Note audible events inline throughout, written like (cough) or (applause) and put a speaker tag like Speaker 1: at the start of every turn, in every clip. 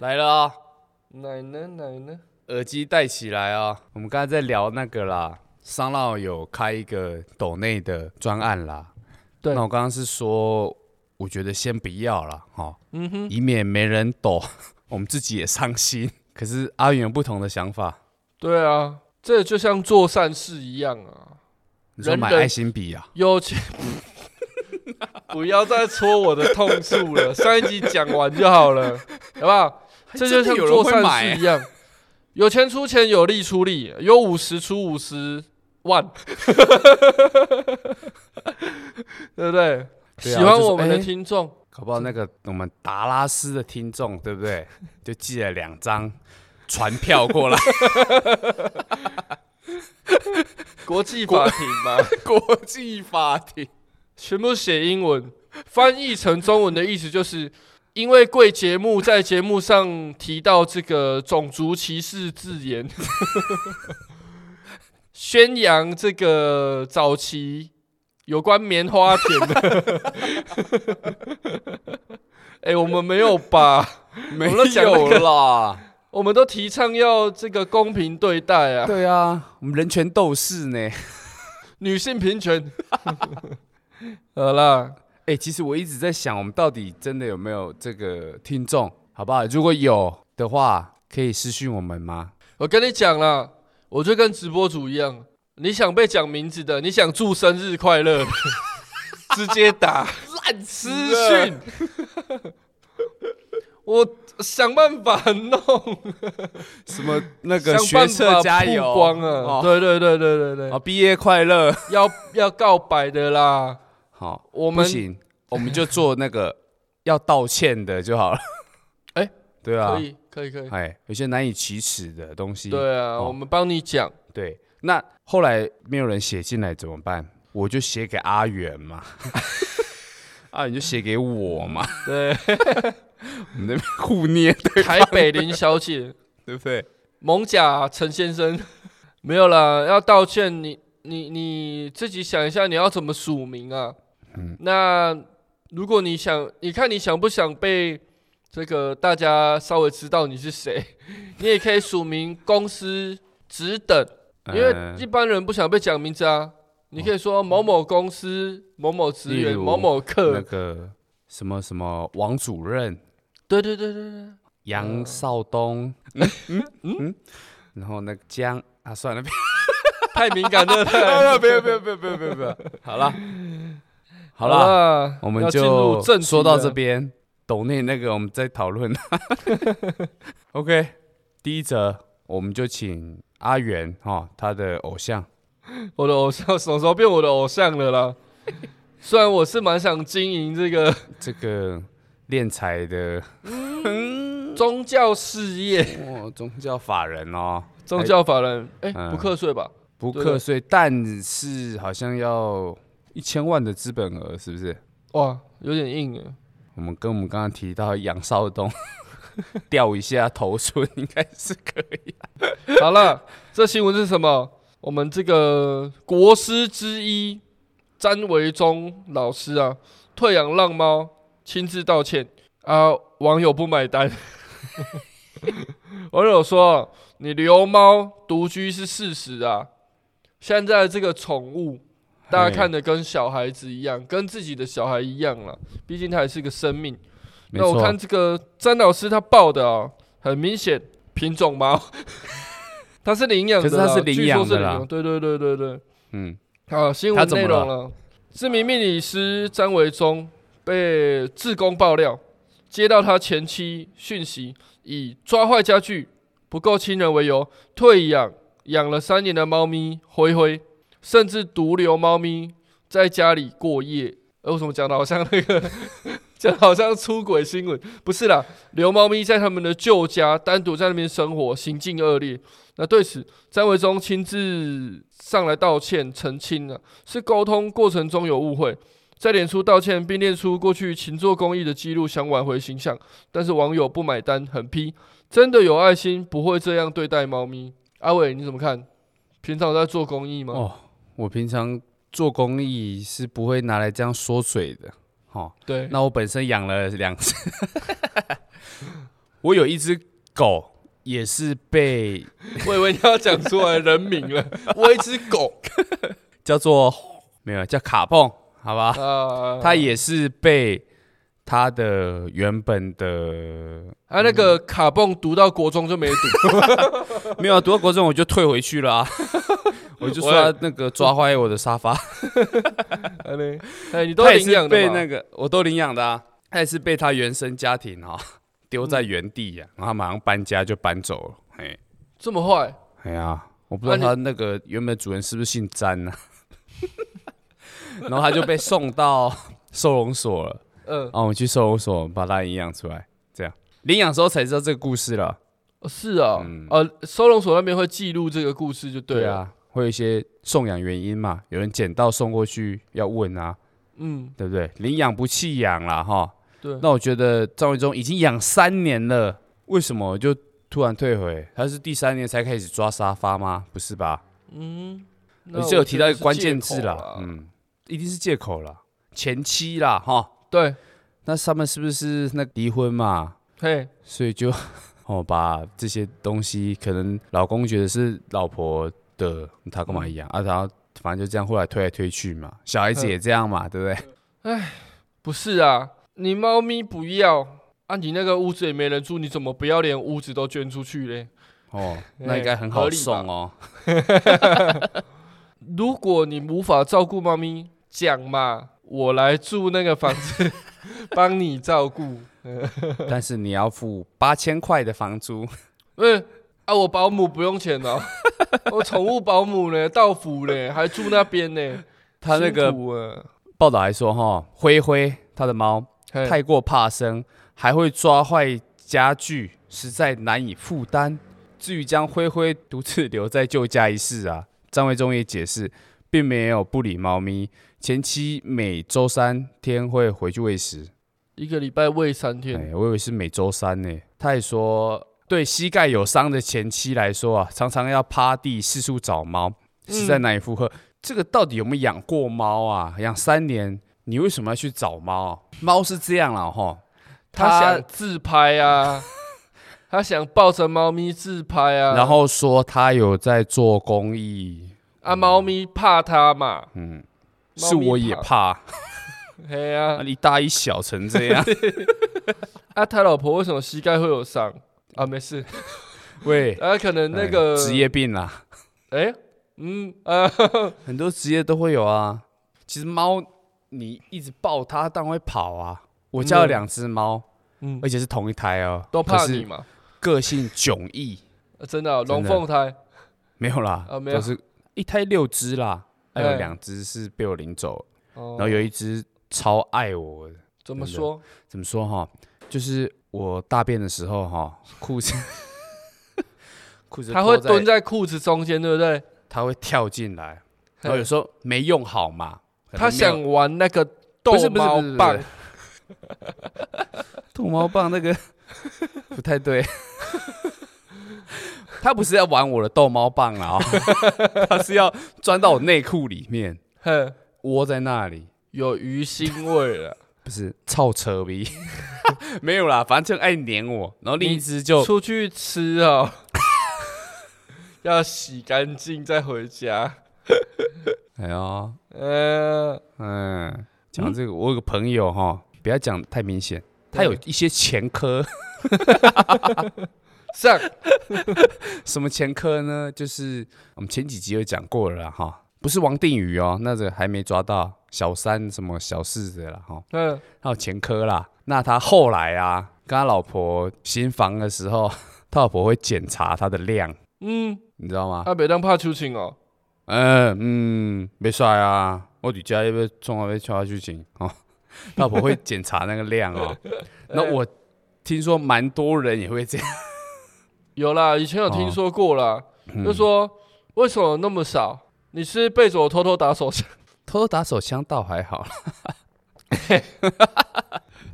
Speaker 1: 来了啊、
Speaker 2: 奶呢奶呢？
Speaker 1: 耳机戴起来啊、我们刚才在聊那个啦，商浪有开一个抖内的专案啦。
Speaker 2: 对
Speaker 1: 那我刚刚是说，我觉得先不要啦，哈，嗯哼，以免没人抖， (laughs) 我们自己也伤心。可是阿远有不同的想法，
Speaker 2: 对啊，这就像做善事一样啊，
Speaker 1: 你说
Speaker 2: 人
Speaker 1: 买
Speaker 2: 人
Speaker 1: 爱心笔啊？
Speaker 2: 有
Speaker 1: (laughs)
Speaker 2: 钱。不要再戳我的痛处了，上一集讲完就好
Speaker 1: (laughs)
Speaker 2: 了，好不好？这就
Speaker 1: 哎真
Speaker 2: 像
Speaker 1: 的有人
Speaker 2: 做
Speaker 1: 会
Speaker 2: 善
Speaker 1: 买
Speaker 2: 事一样，有钱出钱，有力出力，有五十出五十
Speaker 1: (laughs)
Speaker 2: 万，对不对？
Speaker 1: 对
Speaker 2: 喜
Speaker 1: 啊
Speaker 2: 欢
Speaker 1: 就是
Speaker 2: 我们的
Speaker 1: 哎
Speaker 2: 听众，
Speaker 1: 搞不好那个我们达拉斯的听众，对不对？ (laughs) 就寄了两张传票过来，
Speaker 2: 国际法庭嘛，
Speaker 1: (laughs) 国际法庭。
Speaker 2: 全部写英文，翻译成中文的意思就是，因为贵节目在节目上提到这个种族歧视字眼， (laughs) 宣扬这个早期有关棉花田 (laughs) 的。哎、我们没有吧？
Speaker 1: 没
Speaker 2: 我们都讲那
Speaker 1: (laughs)
Speaker 2: 个
Speaker 1: 啦。
Speaker 2: 我们都提倡要这个公平对待啊，
Speaker 1: 对啊，我们人权斗士呢？
Speaker 2: 女性平权。 (laughs) 好啦，
Speaker 1: 哎、其实我一直在想，我们到底真的有没有这个听众，好不好？如果有的话，可以私讯我们吗？
Speaker 2: 我跟你讲啦，我就跟直播主一样，你想被讲名字的，你想祝生日快
Speaker 1: (laughs)
Speaker 2: 乐的， (laughs) 直接打
Speaker 1: 烂
Speaker 2: 私讯，我想办法弄，
Speaker 1: (laughs) 什么那个
Speaker 2: 想
Speaker 1: 学
Speaker 2: 办
Speaker 1: 测
Speaker 2: 法
Speaker 1: 加油
Speaker 2: 曝光啊！
Speaker 1: 哦
Speaker 2: 对对对对对对，
Speaker 1: 好，毕业快乐！
Speaker 2: 要要告白的啦，
Speaker 1: 好，
Speaker 2: 我
Speaker 1: 不
Speaker 2: 们
Speaker 1: 行，我们就做那个要道歉的就好了。
Speaker 2: (laughs) 哎
Speaker 1: 对啊
Speaker 2: 可，以可以可以，
Speaker 1: 哎，有些难以启齿的东西，
Speaker 2: 对啊，
Speaker 1: 哦
Speaker 2: 我们帮你讲，
Speaker 1: 对，那后来没有人写进来怎么办？我就写给阿远嘛， (laughs) 阿远就写给我 (laughs) 嘛，
Speaker 2: 对，
Speaker 1: 我们那边互捏，
Speaker 2: 台北林小姐。
Speaker 1: 对不对？
Speaker 2: 蒙甲陈先生， (laughs) 没有啦，要道歉你。你你自己想一下，你要怎么署名啊？
Speaker 1: 嗯
Speaker 2: 那如果你想，你看你想不想被这个大家稍微知道你是谁？ (laughs) 你也可以署名公司职等，因为
Speaker 1: 呃哦
Speaker 2: 一般人不想被讲名字啊。你可以说某某公司、某某职
Speaker 1: 例
Speaker 2: 员、
Speaker 1: 如
Speaker 2: 某某
Speaker 1: 那
Speaker 2: 课。
Speaker 1: 个什么什么王主任
Speaker 2: 对对对对对，
Speaker 1: 杨少东，嗯嗯嗯， (laughs) 然后那个江啊，算 (laughs) 了，
Speaker 2: 太敏感了，太
Speaker 1: 不要不要不要不要不要不要，好了 (laughs) 好了，
Speaker 2: 了
Speaker 1: 我们
Speaker 2: 要进入
Speaker 1: 就
Speaker 2: 正题
Speaker 1: 说到
Speaker 2: 了
Speaker 1: 这边，抖内那个我们再讨
Speaker 2: (laughs)
Speaker 1: 论。OK，第一则我们就请阿元哈、他的偶像
Speaker 2: 我的偶像什么时候变我的偶像了啦？ (laughs) 虽然我是蛮想经营这个
Speaker 1: 这个敛财的
Speaker 2: 宗教事业、
Speaker 1: 哦宗教法人哦，
Speaker 2: 宗教法人，哎、
Speaker 1: 嗯
Speaker 2: 不课税吧？
Speaker 1: 不
Speaker 2: 对
Speaker 1: 课税，但是好像要一千万的资本额，是不是？
Speaker 2: 哇，有点硬耶
Speaker 1: 我们跟我们刚刚提到杨少东 (laughs) 调一下头寸，应该是可以。
Speaker 2: (laughs) 好了，这新闻是什么？我们这个国师之一詹维忠老师啊，退养浪猫，亲自道歉啊，网友不买单。 (laughs) 网友说：“你留猫独居是事实啊，现在这个宠物，大家看的跟小孩子一样，跟自己的小孩一样了，毕竟它还是个生命。
Speaker 1: 没
Speaker 2: 那我看这
Speaker 1: 错，
Speaker 2: 个詹老师他报的啊，很明显品种猫， (laughs) 他是领养的啦，
Speaker 1: 可是它是领养的啦
Speaker 2: 据说是领养对对对对对。
Speaker 1: 嗯，
Speaker 2: 好，新
Speaker 1: 他
Speaker 2: 闻
Speaker 1: 怎么
Speaker 2: 内容
Speaker 1: 了
Speaker 2: 了，知名命理师詹维忠被志工爆料，接到他前妻讯息，以抓坏家具、不够亲人为由退养养了三年的猫咪灰灰，甚至独留猫咪在家里过夜。呃，为什么讲的好像那个 (laughs) 讲的好像出轨新闻？不是啦，留猫咪在他们的旧家单独在那边生活，行径恶劣。那对此，詹维忠亲自上来道歉澄清了、啊是沟通过程中有误会，在脸书道歉，并列出过去勤做公益的记录，想挽回形象，但是网友不买单，很批，真的有爱心，不会这样对待猫咪。阿伟你怎么看？平常有在做公益吗？
Speaker 1: 哦，我平常做公益是不会拿来这样说嘴的。哦，
Speaker 2: 对，
Speaker 1: 那我本身养了两次， (laughs) 我有一只狗也是被
Speaker 2: (laughs) 我以为你要讲出来人名
Speaker 1: (laughs)
Speaker 2: 了，我一只狗
Speaker 1: 叫做没有叫卡碰，好吧？
Speaker 2: 啊，
Speaker 1: 它也是被它的原本的
Speaker 2: 啊那个卡蹦读到国中就
Speaker 1: (laughs)
Speaker 2: 没读，
Speaker 1: 没有啊读到国中我就退回去了啊， (laughs) 我就说
Speaker 2: 我也
Speaker 1: 它那个抓坏我的沙发，
Speaker 2: 啊嘞哎，你都
Speaker 1: 它也
Speaker 2: 领
Speaker 1: 是
Speaker 2: 养
Speaker 1: 被
Speaker 2: 的
Speaker 1: 那
Speaker 2: 嘛？
Speaker 1: 个我都领养的啊，它也是被它原生家庭哈、丢在
Speaker 2: 嗯
Speaker 1: 原地呀、然后它马上搬家就搬走了，哎
Speaker 2: 这么坏，
Speaker 1: 哎呀，我不知道
Speaker 2: 那
Speaker 1: 它那个原本主人是不是姓詹呢、 (laughs) 然后它就被送到收容所了。
Speaker 2: 嗯，
Speaker 1: 哦，我们去收容所把它领养出来，这样领养之后才知道这个故事了。
Speaker 2: 哦是啊，呃，收容所那边会记录这个故事就对了，
Speaker 1: 嗯啊，会有一些送养原因嘛，有人捡到送过去要问啊，
Speaker 2: 嗯，
Speaker 1: 对不对？领养不弃养啦，哈。
Speaker 2: 对，
Speaker 1: 那我觉得赵文忠已经养三年了，为什么就突然退回？他是第三年才开始抓沙发吗？不是吧？
Speaker 2: 嗯，那
Speaker 1: 而
Speaker 2: 我
Speaker 1: 且有提到一
Speaker 2: 觉得
Speaker 1: 个
Speaker 2: 是
Speaker 1: 关键
Speaker 2: 借口啊
Speaker 1: 字啦
Speaker 2: 啦，，
Speaker 1: 嗯，一定是借口啦，前妻啦，哈。
Speaker 2: 对，
Speaker 1: 那他们是不是那离婚嘛？
Speaker 2: 嘿，
Speaker 1: 所以就 (laughs) 哦把这些东西，可能老公觉得是老婆的，他干嘛一样啊？然后反正就这样，后来推来推去嘛，小孩子也这样嘛，对不对？
Speaker 2: 不是啊，你猫咪不要啊，你那个屋子也没人住，你怎么不要连屋子都捐出去嘞？
Speaker 1: (laughs) 哦，那应该很好送哦。
Speaker 2: 如果你无法照顾猫咪，讲嘛，我来住那个房
Speaker 1: (laughs)
Speaker 2: 子，帮你照顾。
Speaker 1: 但是你要付八千块的房租，
Speaker 2: 嗯，啊，我保姆不用钱
Speaker 1: (laughs)
Speaker 2: 哦，我宠物保姆呢，到府呢，还住那边呢。
Speaker 1: 他那个
Speaker 2: 辛苦啊
Speaker 1: 报道还说哈、灰灰他的猫
Speaker 2: 嘿
Speaker 1: 太过怕生，还会抓坏家具，实在难以负担。至于将灰灰独自留在旧家一事啊，张维忠也解释，并没有不理猫咪。前妻每周三天会回去喂食，
Speaker 2: 一个礼拜喂三天，
Speaker 1: 哎，我以为是每周三呢。他也说，对膝盖有伤的前妻来说啊，常常要趴地四处找猫，实在难以负荷。这个到底有没有养过猫啊？养三年，你为什么要去找猫？啊猫是这样了哈，
Speaker 2: 他想自拍
Speaker 1: (laughs)
Speaker 2: 啊，他想抱着猫咪自拍啊，
Speaker 1: 然后说他有在做公益，
Speaker 2: 啊，猫咪怕他嘛，
Speaker 1: 嗯，
Speaker 2: 猫咪
Speaker 1: 是我也
Speaker 2: 怕
Speaker 1: 怕，
Speaker 2: 嘿啊，
Speaker 1: 一大一小成这
Speaker 2: (laughs)
Speaker 1: 样。
Speaker 2: 啊，他老婆为什么膝盖会有伤啊？没事，
Speaker 1: 喂，
Speaker 2: 啊，可能那
Speaker 1: 哎
Speaker 2: 个
Speaker 1: 职，业病啦，
Speaker 2: 哎、嗯
Speaker 1: (laughs)
Speaker 2: 啊，
Speaker 1: 很多职业都会有啊。其实猫，你一直抱它，当然会跑啊。我家有
Speaker 2: 嗯
Speaker 1: 两只猫，
Speaker 2: 嗯，
Speaker 1: 而且是同一胎哦，
Speaker 2: 都怕
Speaker 1: 可
Speaker 2: 你
Speaker 1: 是
Speaker 2: 嘛，
Speaker 1: 个性迥异，
Speaker 2: 啊真的啊龙、
Speaker 1: 真的
Speaker 2: 凤胎，
Speaker 1: 没有啦，
Speaker 2: 啊没有
Speaker 1: 都是一胎六只啦，还
Speaker 2: 哎
Speaker 1: 有两只是被我领走了，
Speaker 2: 哦
Speaker 1: 然后有一只超爱我的，
Speaker 2: 怎么
Speaker 1: 真的
Speaker 2: 说？
Speaker 1: 怎么说哈？就是我大便的时候哈，裤子 (laughs) 裤子
Speaker 2: 他会
Speaker 1: 脱在
Speaker 2: 蹲，在裤子中间，对不对？
Speaker 1: 它会跳进来，然后
Speaker 2: 嘿
Speaker 1: 有时候没用好嘛，可能
Speaker 2: 他
Speaker 1: 没有
Speaker 2: 想玩那个逗
Speaker 1: 不是不是
Speaker 2: 猫
Speaker 1: 不是不
Speaker 2: 棒
Speaker 1: 是，逗猫棒
Speaker 2: (laughs)
Speaker 1: 那个不太对， (laughs) 他不是要玩我的逗猫棒啊、哦， (laughs) 他是要钻到我内裤里面，
Speaker 2: 哼，
Speaker 1: 窝在那里，
Speaker 2: 有鱼腥味啊了。
Speaker 1: 不是操扯逼， (laughs) 没有啦，反正就爱黏我，然后另一只就
Speaker 2: 出去吃哦， (laughs) 要洗干净再回家。
Speaker 1: 哎呦，
Speaker 2: 呃，
Speaker 1: 嗯，讲这个，我有个朋友哈，不要讲太明显，他有一些前科， (laughs)
Speaker 2: 上
Speaker 1: 什么前科呢？就是我们前几集有讲过了啦哈，不是王定宇哦，那个还没抓到小三什么小四的啦哈，
Speaker 2: 嗯，
Speaker 1: 还有前科啦。那他后来啊，跟他老婆新房的时候， (laughs) 他老婆会检查他的量，
Speaker 2: 嗯，
Speaker 1: 你知道吗？
Speaker 2: 阿北当怕出情哦，
Speaker 1: 嗯嗯，没帅啊，我底家要不要冲啊？要敲下去请哦， (laughs) 他老婆会检查那个量 (laughs) 哦。那我听说蛮多人也会这样，
Speaker 2: 有啦，以前有听说过
Speaker 1: 哦
Speaker 2: 啦，
Speaker 1: 嗯
Speaker 2: 就说为什么那么少？你是背着我偷偷打手枪？
Speaker 1: (laughs)
Speaker 2: (laughs)
Speaker 1: 偷偷打手枪倒还好。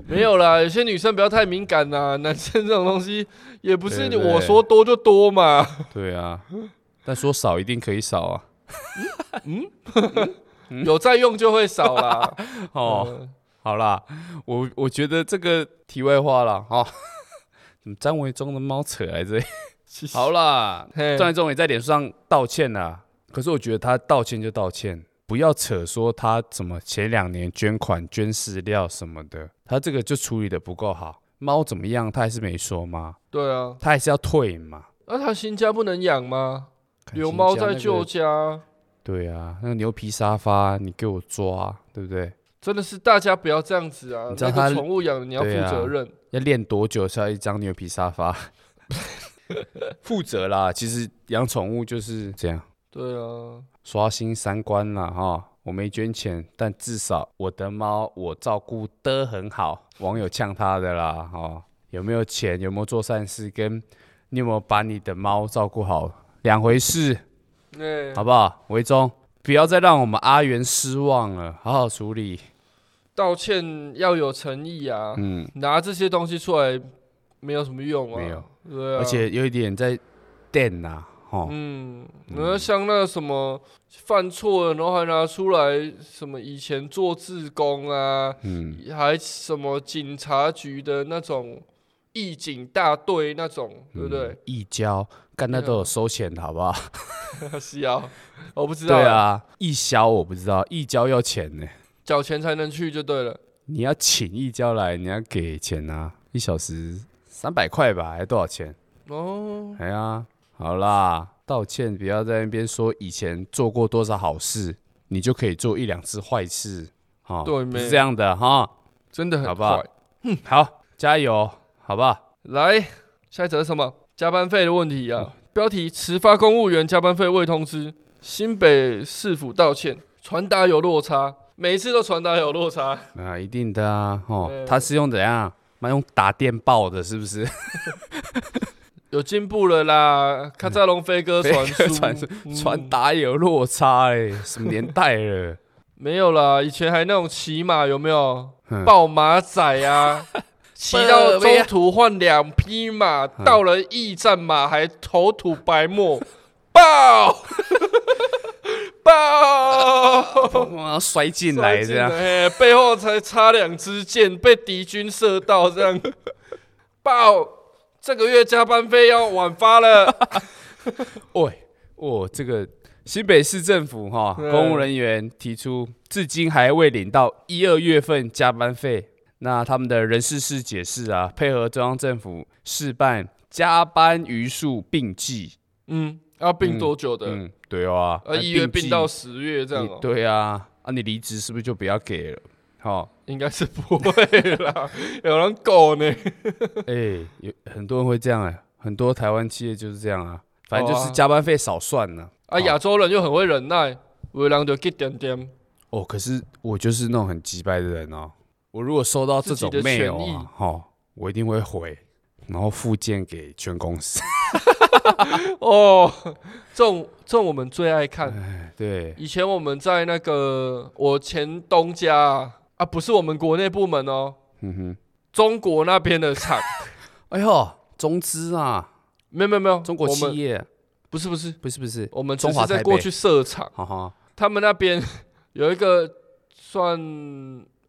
Speaker 2: 没有啦，有些女生不要太敏感啦，男生这种东西也不是
Speaker 1: 对
Speaker 2: 你
Speaker 1: 对对
Speaker 2: 我说多就多嘛。
Speaker 1: 对啊，但说少一定可以少啊。嗯
Speaker 2: 有在用就会少
Speaker 1: (laughs)
Speaker 2: 啦。
Speaker 1: 哦，好啦，我我觉得这个题外话啦，哈、 (laughs) 怎么张维忠的猫扯来这里？
Speaker 2: 好
Speaker 1: 好，啦，
Speaker 2: 嘿
Speaker 1: 张维忠也在脸书上道歉啦、可是我觉得他道歉就道歉，不要扯说他怎么前两年捐款捐饲料什么的，他这个就处理的不够好。猫怎么样，他还是没说吗？
Speaker 2: 对啊，
Speaker 1: 他还是要退嘛。
Speaker 2: 那、他新家不能养吗？
Speaker 1: 看
Speaker 2: 有
Speaker 1: 新
Speaker 2: 猫
Speaker 1: 家
Speaker 2: 在
Speaker 1: 那个
Speaker 2: 旧家啊，
Speaker 1: 对啊，那个牛皮沙发你给我抓，对不对？
Speaker 2: 真的是大家不要这样子啊！
Speaker 1: 你知道
Speaker 2: 那个
Speaker 1: 他
Speaker 2: 宠物养的你要负
Speaker 1: 对啊
Speaker 2: 责任，
Speaker 1: 要练多久才要一张牛皮沙发？ (laughs) 负责啦，其实养宠物就是这样，
Speaker 2: 对啊，
Speaker 1: 刷新三观啦哈。我没捐钱，但至少我的猫我照顾得很好。网友呛他的啦哈，有没有钱，有没有做善事，跟你有没有把你的猫照顾好两回事，
Speaker 2: 哎、
Speaker 1: 好不好？维忠，不要再让我们阿元失望了，好好处理。
Speaker 2: 道歉要有诚意啊，
Speaker 1: 嗯，
Speaker 2: 拿这些东西出来没有什么用啊，
Speaker 1: 没有，
Speaker 2: 对啊，
Speaker 1: 而且有一点在电呐、啊，哈、
Speaker 2: 嗯，然后像那什么犯错了，然后还拿出来什么以前做志工啊，
Speaker 1: 嗯，
Speaker 2: 还什么警察局的那种义警大队那种，对不对
Speaker 1: 嗯？义交，干那
Speaker 2: 对啊
Speaker 1: 都有收钱的，好不好？
Speaker 2: 是啊，我不知道，
Speaker 1: 对，啊，义销我不知道，义交要钱呢、
Speaker 2: 缴钱才能去就对了。
Speaker 1: 你要请义交来，你要给钱啊，一小时三百块吧，还多少钱？
Speaker 2: 哦，
Speaker 1: 哎呀，好啦，道歉，不要在那边说以前做过多少好事，你就可以做一两次坏事，哈，
Speaker 2: 对
Speaker 1: 不
Speaker 2: 没
Speaker 1: 是这样的哈。
Speaker 2: 真的很
Speaker 1: 好不
Speaker 2: 快
Speaker 1: 好。好，加油，好不好？
Speaker 2: 来，下一则是什么？加班费的问题
Speaker 1: 嗯
Speaker 2: 啊。标题：迟发公务员加班费未通知，新北市府道歉，传达有落差，每一次都传达有落差。
Speaker 1: 啊，一定的啊，哦
Speaker 2: 对，
Speaker 1: 他是用怎样？妈用打电报的，是不是？
Speaker 2: 有进步了
Speaker 1: (laughs)
Speaker 2: 啦！卡扎龙飞哥传
Speaker 1: 飞
Speaker 2: 输，
Speaker 1: 鸽传书
Speaker 2: 嗯
Speaker 1: 传达也有落差哎、什么年
Speaker 2: (laughs)
Speaker 1: 代了？
Speaker 2: 没有啦，以前还那种骑马有没有
Speaker 1: 嗯？
Speaker 2: 抱马仔
Speaker 1: (laughs)
Speaker 2: 啊，骑到中途换两匹马，
Speaker 1: 嗯
Speaker 2: 到了驿站马还口吐白沫，爆 (laughs)
Speaker 1: (laughs)
Speaker 2: 爆！
Speaker 1: 哇，摔进来这样
Speaker 2: 摔，进来嘿背后才插两支箭，被敌军射到这样， (laughs) 爆！这个月加班费要晚发了。
Speaker 1: (laughs) 喂，我这个新北市政府哈、
Speaker 2: 对
Speaker 1: 公务人员提出，至今还未领到一二月份加班费。那他们的人事室解释啊，配合中央政府试办加班余数并计。
Speaker 2: 嗯，要病多久的？
Speaker 1: 嗯，对啊，
Speaker 2: 呃，
Speaker 1: 那
Speaker 2: 一月
Speaker 1: 计
Speaker 2: 病到十月这样
Speaker 1: 你
Speaker 2: 哦、
Speaker 1: 对啊，啊你离职是不是就不要给了？好、
Speaker 2: (laughs) 应该是不会
Speaker 1: (laughs)
Speaker 2: 啦，有人狗呢。
Speaker 1: 哎、有很多人会这样哎、很多台湾企业就是这样啊，反正就
Speaker 2: 哦
Speaker 1: 是
Speaker 2: 啊
Speaker 1: 加班费少算了、
Speaker 2: 啊，亚洲人又很会忍耐，有人就给点点，
Speaker 1: 哦，可是我就是那种很鸡掰的人哦，我如果收到这
Speaker 2: 自己
Speaker 1: 种
Speaker 2: 的权
Speaker 1: mail
Speaker 2: 益
Speaker 1: 啊，哈，我一定会回，然后附件给全公司。 (laughs)
Speaker 2: 哦，这种这种我们最爱
Speaker 1: 哎
Speaker 2: 看。
Speaker 1: 对，
Speaker 2: 以前我们在那个我前东家啊，啊不是我们国内部门哦，
Speaker 1: 嗯哼，
Speaker 2: 中国那边的厂，
Speaker 1: 哎呦，中资啊，
Speaker 2: 没有没有没有，
Speaker 1: 中国
Speaker 2: 我
Speaker 1: 企
Speaker 2: 们
Speaker 1: 业，
Speaker 2: 不是不是，
Speaker 1: 不是不是，
Speaker 2: 我们只
Speaker 1: 中华
Speaker 2: 是在
Speaker 1: 台
Speaker 2: 过
Speaker 1: 北
Speaker 2: 去设厂，
Speaker 1: 哈哈，
Speaker 2: 他们那边 (laughs) 有一个算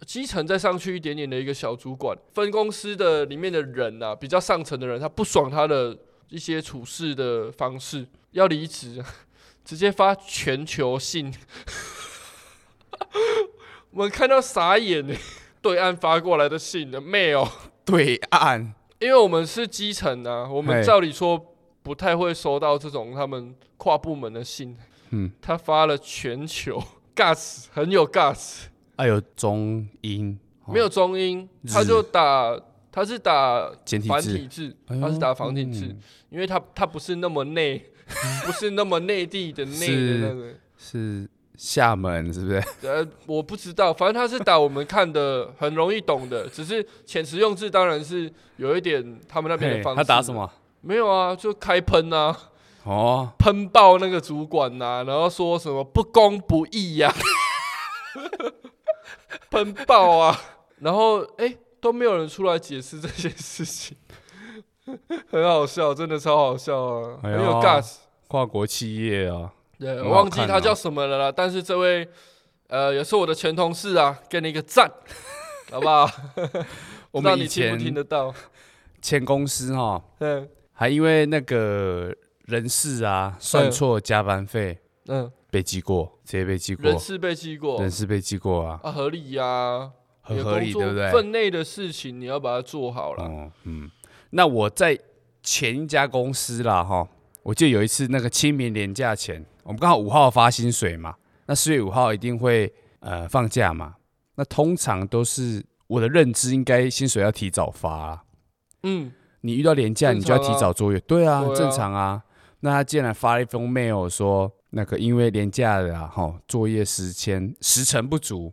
Speaker 2: 基层再上去一点点的一个小主管，分公司的里面的人啊，比较上层的人，他不爽他的一些处事的方式，要离职， (laughs) 直接发全球信， (laughs) 我们看到傻眼呢，对岸发过来的信的 mail，
Speaker 1: 对岸，
Speaker 2: 因为我们是基层啊，我们
Speaker 1: 嘿
Speaker 2: 照理说不太会收到这种他们跨部门的信。
Speaker 1: 嗯，
Speaker 2: 他发了全球 (laughs) gas，很有 gas，
Speaker 1: 哎呦，中英哦
Speaker 2: 没有中英，
Speaker 1: 日
Speaker 2: 他就打他是打
Speaker 1: 简体
Speaker 2: 繁体
Speaker 1: 字，
Speaker 2: 字，
Speaker 1: 哎呦
Speaker 2: 他是打繁体字
Speaker 1: 嗯，
Speaker 2: 因为他他不是那么内， (laughs) 不是那么内地的内的
Speaker 1: 是
Speaker 2: 那个。
Speaker 1: 是厦门是不是？
Speaker 2: 呃，我不知道，反正他是打我们看的很容易懂的，只是遣词用字当然是有一点他们那边
Speaker 1: 嘿
Speaker 2: 的方式。
Speaker 1: 他打什？么？
Speaker 2: 没有啊，就开喷啊。
Speaker 1: 哦，
Speaker 2: 喷爆那个主管呐、然后说什么不公不义呀、 (laughs) 喷爆啊，然后哎、诶都没有人出来解释这些事情， (laughs) 很好笑，真的超好笑啊，
Speaker 1: 哎
Speaker 2: 很有
Speaker 1: 呦
Speaker 2: gas。
Speaker 1: 跨国企业啊，
Speaker 2: 对，
Speaker 1: 很
Speaker 2: 我
Speaker 1: 好
Speaker 2: 忘记
Speaker 1: 看
Speaker 2: 他
Speaker 1: 哦
Speaker 2: 叫什么了啦，但是这位呃也是我的前同
Speaker 1: (laughs)
Speaker 2: 事啊，给你一个赞，好不好？
Speaker 1: 我
Speaker 2: 不知道
Speaker 1: 们以
Speaker 2: 你听不
Speaker 1: 前
Speaker 2: 听得到？
Speaker 1: 前公司哈，
Speaker 2: 嗯
Speaker 1: 还因为那个人事
Speaker 2: 哎
Speaker 1: 啊算错加班费
Speaker 2: 嗯，
Speaker 1: 被记过，直接被记过
Speaker 2: 人，事被记过
Speaker 1: 人事被记过啊，
Speaker 2: 啊，合理呀、
Speaker 1: 很
Speaker 2: 你的
Speaker 1: 合理
Speaker 2: 工作
Speaker 1: 对不对？
Speaker 2: 分内的事情你要把它做好了。
Speaker 1: 哦，嗯，那我在前一家公司啦，哈，我记得有一次那个清明年假前，我们刚好五号发薪水嘛，那四月五号一定会呃放假嘛，那通常都是我的认知应该薪水要提早发啊，
Speaker 2: 嗯，
Speaker 1: 你遇到年假你就要
Speaker 2: 正
Speaker 1: 提
Speaker 2: 常啊
Speaker 1: 早作业，对啊，
Speaker 2: 对啊
Speaker 1: 正常啊。那他竟然发了一封 mail 说，那个因为年假的啊，哈，作业时间时辰不足，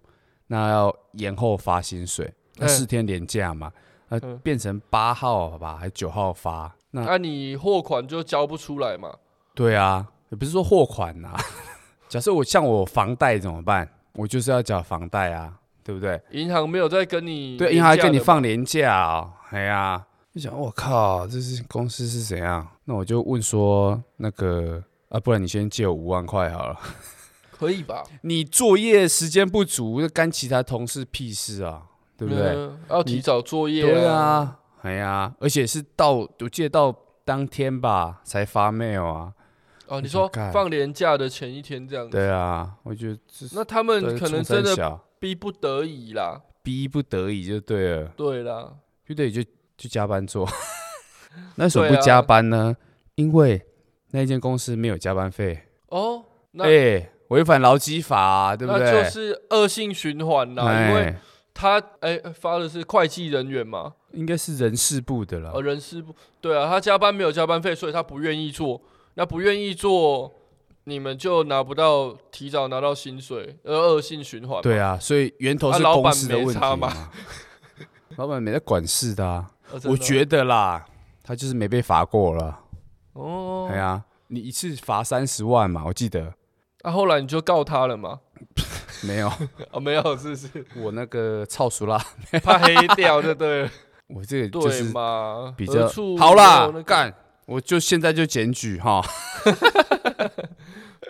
Speaker 1: 那要延后发薪水。那
Speaker 2: 嗯
Speaker 1: 四天年假嘛，呃，
Speaker 2: 嗯
Speaker 1: 变成八号吧，还九号发？
Speaker 2: 那、
Speaker 1: 那
Speaker 2: 你货款就交不出来嘛？
Speaker 1: 对啊，也不是说货款呐、 (laughs) 假设我像我房贷怎么办？我就是要缴房贷啊，对不对？
Speaker 2: 银行没有在跟你
Speaker 1: 对，银行还
Speaker 2: 跟
Speaker 1: 跟你放年假哦，哎呀，就想我靠，这是公司是怎样？那我就问说，那个啊，不然你先借我五万块好了。 (laughs)
Speaker 2: 可以吧？
Speaker 1: 你作业时间不足，那干其他同事屁事啊，对不对？
Speaker 2: 嗯要提早作业、
Speaker 1: 对，啊，哎呀，而且是到我记得到当天吧才发 mail 啊，
Speaker 2: 哦，你说
Speaker 1: 干
Speaker 2: 放年假的前一天这样子，
Speaker 1: 对啊，我觉得这是
Speaker 2: 那他们可能真
Speaker 1: 冲三
Speaker 2: 的
Speaker 1: 小
Speaker 2: 逼不得已啦。
Speaker 1: 逼不得已就对了，
Speaker 2: 对啦，
Speaker 1: 逼不得已就就加班做， (laughs) 那为什么
Speaker 2: 对啊
Speaker 1: 不加班呢？因为那间公司没有加班费，
Speaker 2: 哦，那、
Speaker 1: 哎、违反劳基法、啊，对不对？
Speaker 2: 那就是恶性循环啦，因为
Speaker 1: 哎，
Speaker 2: 他哎、发的是会计人员嘛，
Speaker 1: 应该是人事部的啦
Speaker 2: 呃，，人事部对啊，他加班没有加班费，所以他不愿意做。那不愿意做，你们就拿不到提早拿到薪水，呃，恶性循环。，
Speaker 1: 对啊，所以源头
Speaker 2: 啊
Speaker 1: 是
Speaker 2: 老
Speaker 1: 公
Speaker 2: 板
Speaker 1: 司的
Speaker 2: 没
Speaker 1: 问题
Speaker 2: 差
Speaker 1: 嘛老板没在管事的啊。
Speaker 2: 呃、真的
Speaker 1: 我觉得啦，他就是没被罚过了。
Speaker 2: 哦，
Speaker 1: 哎呀、你一次罚三十万嘛，我记得
Speaker 2: 那、啊后来你就告他了嘛？(laughs)
Speaker 1: 没有，
Speaker 2: 哦，没有，是不是 (laughs)
Speaker 1: 我那个操熟啦，
Speaker 2: 怕黑掉就对了，
Speaker 1: 我这个 (laughs) 就
Speaker 2: 对
Speaker 1: 是
Speaker 2: 嘛？
Speaker 1: 比
Speaker 2: 何
Speaker 1: 较
Speaker 2: 处
Speaker 1: 好啦
Speaker 2: 没有那，个
Speaker 1: 干，我就现在就检举哈，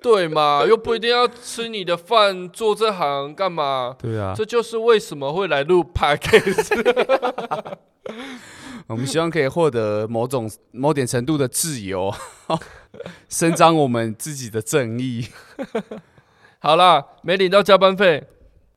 Speaker 2: 对嘛？又不一定要吃你的饭，做这行干嘛？
Speaker 1: 对 (laughs) 啊，
Speaker 2: 这就是为什么会来录 podcast。 (laughs)
Speaker 1: 我们希望可以获得某种某点程度的自由， (laughs) 伸张我们自己的正义。 (laughs)
Speaker 2: 好啦，没领到加班费，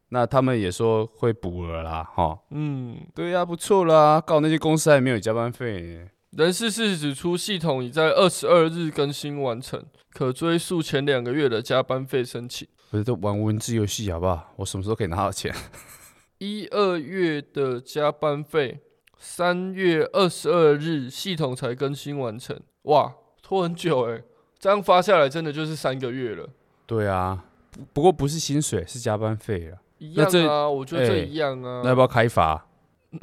Speaker 1: 那他们也说会补了啦，哈，
Speaker 2: 嗯，
Speaker 1: 对呀、不错啦，告那些公司还没有加班费呢，
Speaker 2: 人事是指出系统已在二十二日更新完成，可追溯前两个月的加班费申请。
Speaker 1: 不是都玩文字游戏好不好？我什么时候可以拿到钱？ (laughs)
Speaker 2: 一二月的加班费，三月二十二日系统才更新完成。哇，拖很久诶、这样发下来真的就是三个月了。
Speaker 1: 对啊，不不过不是薪水，是加班费了。
Speaker 2: 一
Speaker 1: 那
Speaker 2: 样
Speaker 1: 这
Speaker 2: 啊，我觉得这
Speaker 1: 哎
Speaker 2: 一样啊。
Speaker 1: 那要不要开罚？ (laughs)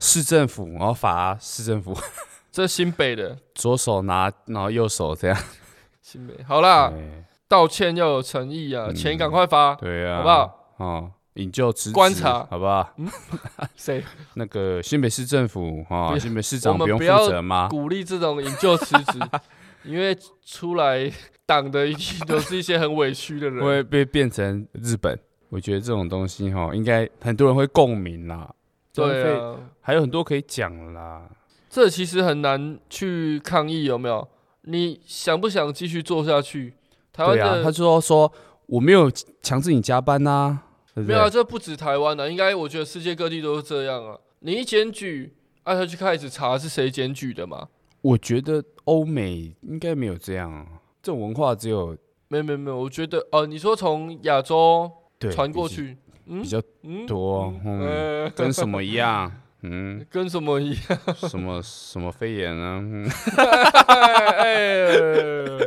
Speaker 1: 市政府，然后罚市政府，
Speaker 2: 这新北的，
Speaker 1: 左手拿，然后右手这样。
Speaker 2: 新北好啦，
Speaker 1: 哎
Speaker 2: 道歉要有诚意啊，
Speaker 1: 嗯
Speaker 2: 钱赶快发，
Speaker 1: 对啊，
Speaker 2: 好不？好？
Speaker 1: 哦，引咎辞职
Speaker 2: 观察
Speaker 1: 好不好？
Speaker 2: 谁
Speaker 1: 那个新北市政府啊，
Speaker 2: 不
Speaker 1: 哦
Speaker 2: 要
Speaker 1: 新北市长
Speaker 2: 我们
Speaker 1: 不用
Speaker 2: 不要
Speaker 1: 负责吗？
Speaker 2: (laughs) 鼓励这种引咎辞职？因为出来党的一定都是一些很委屈的人。
Speaker 1: 会被变成日本？我觉得这种东西哈，应该很多人会共鸣啦。
Speaker 2: 对
Speaker 1: 浪费，
Speaker 2: 啊，
Speaker 1: 还有很多可以讲啦。
Speaker 2: 这其实很难去抗议，有没有？你想不想继续做下去？台湾
Speaker 1: 对啊，
Speaker 2: 的、
Speaker 1: 他说说我没有强制你加班呐、对不
Speaker 2: 没
Speaker 1: 对？
Speaker 2: 有、啊，这不止台湾啊，应该我觉得世界各地都是这样啊。你一检举，啊，他就开始查是谁检举的嘛。
Speaker 1: 我觉得欧美应该没有这样，啊这种文化只有
Speaker 2: 没有没有没有，我觉得哦、你说从亚洲
Speaker 1: 对
Speaker 2: 传过
Speaker 1: 比较
Speaker 2: 去，嗯
Speaker 1: 比较
Speaker 2: 嗯，
Speaker 1: 多，嗯，
Speaker 2: 呃，
Speaker 1: 跟什么一样，嗯，
Speaker 2: 跟什么一样？ (laughs)
Speaker 1: 什么什么肺炎啊，嗯
Speaker 2: 哎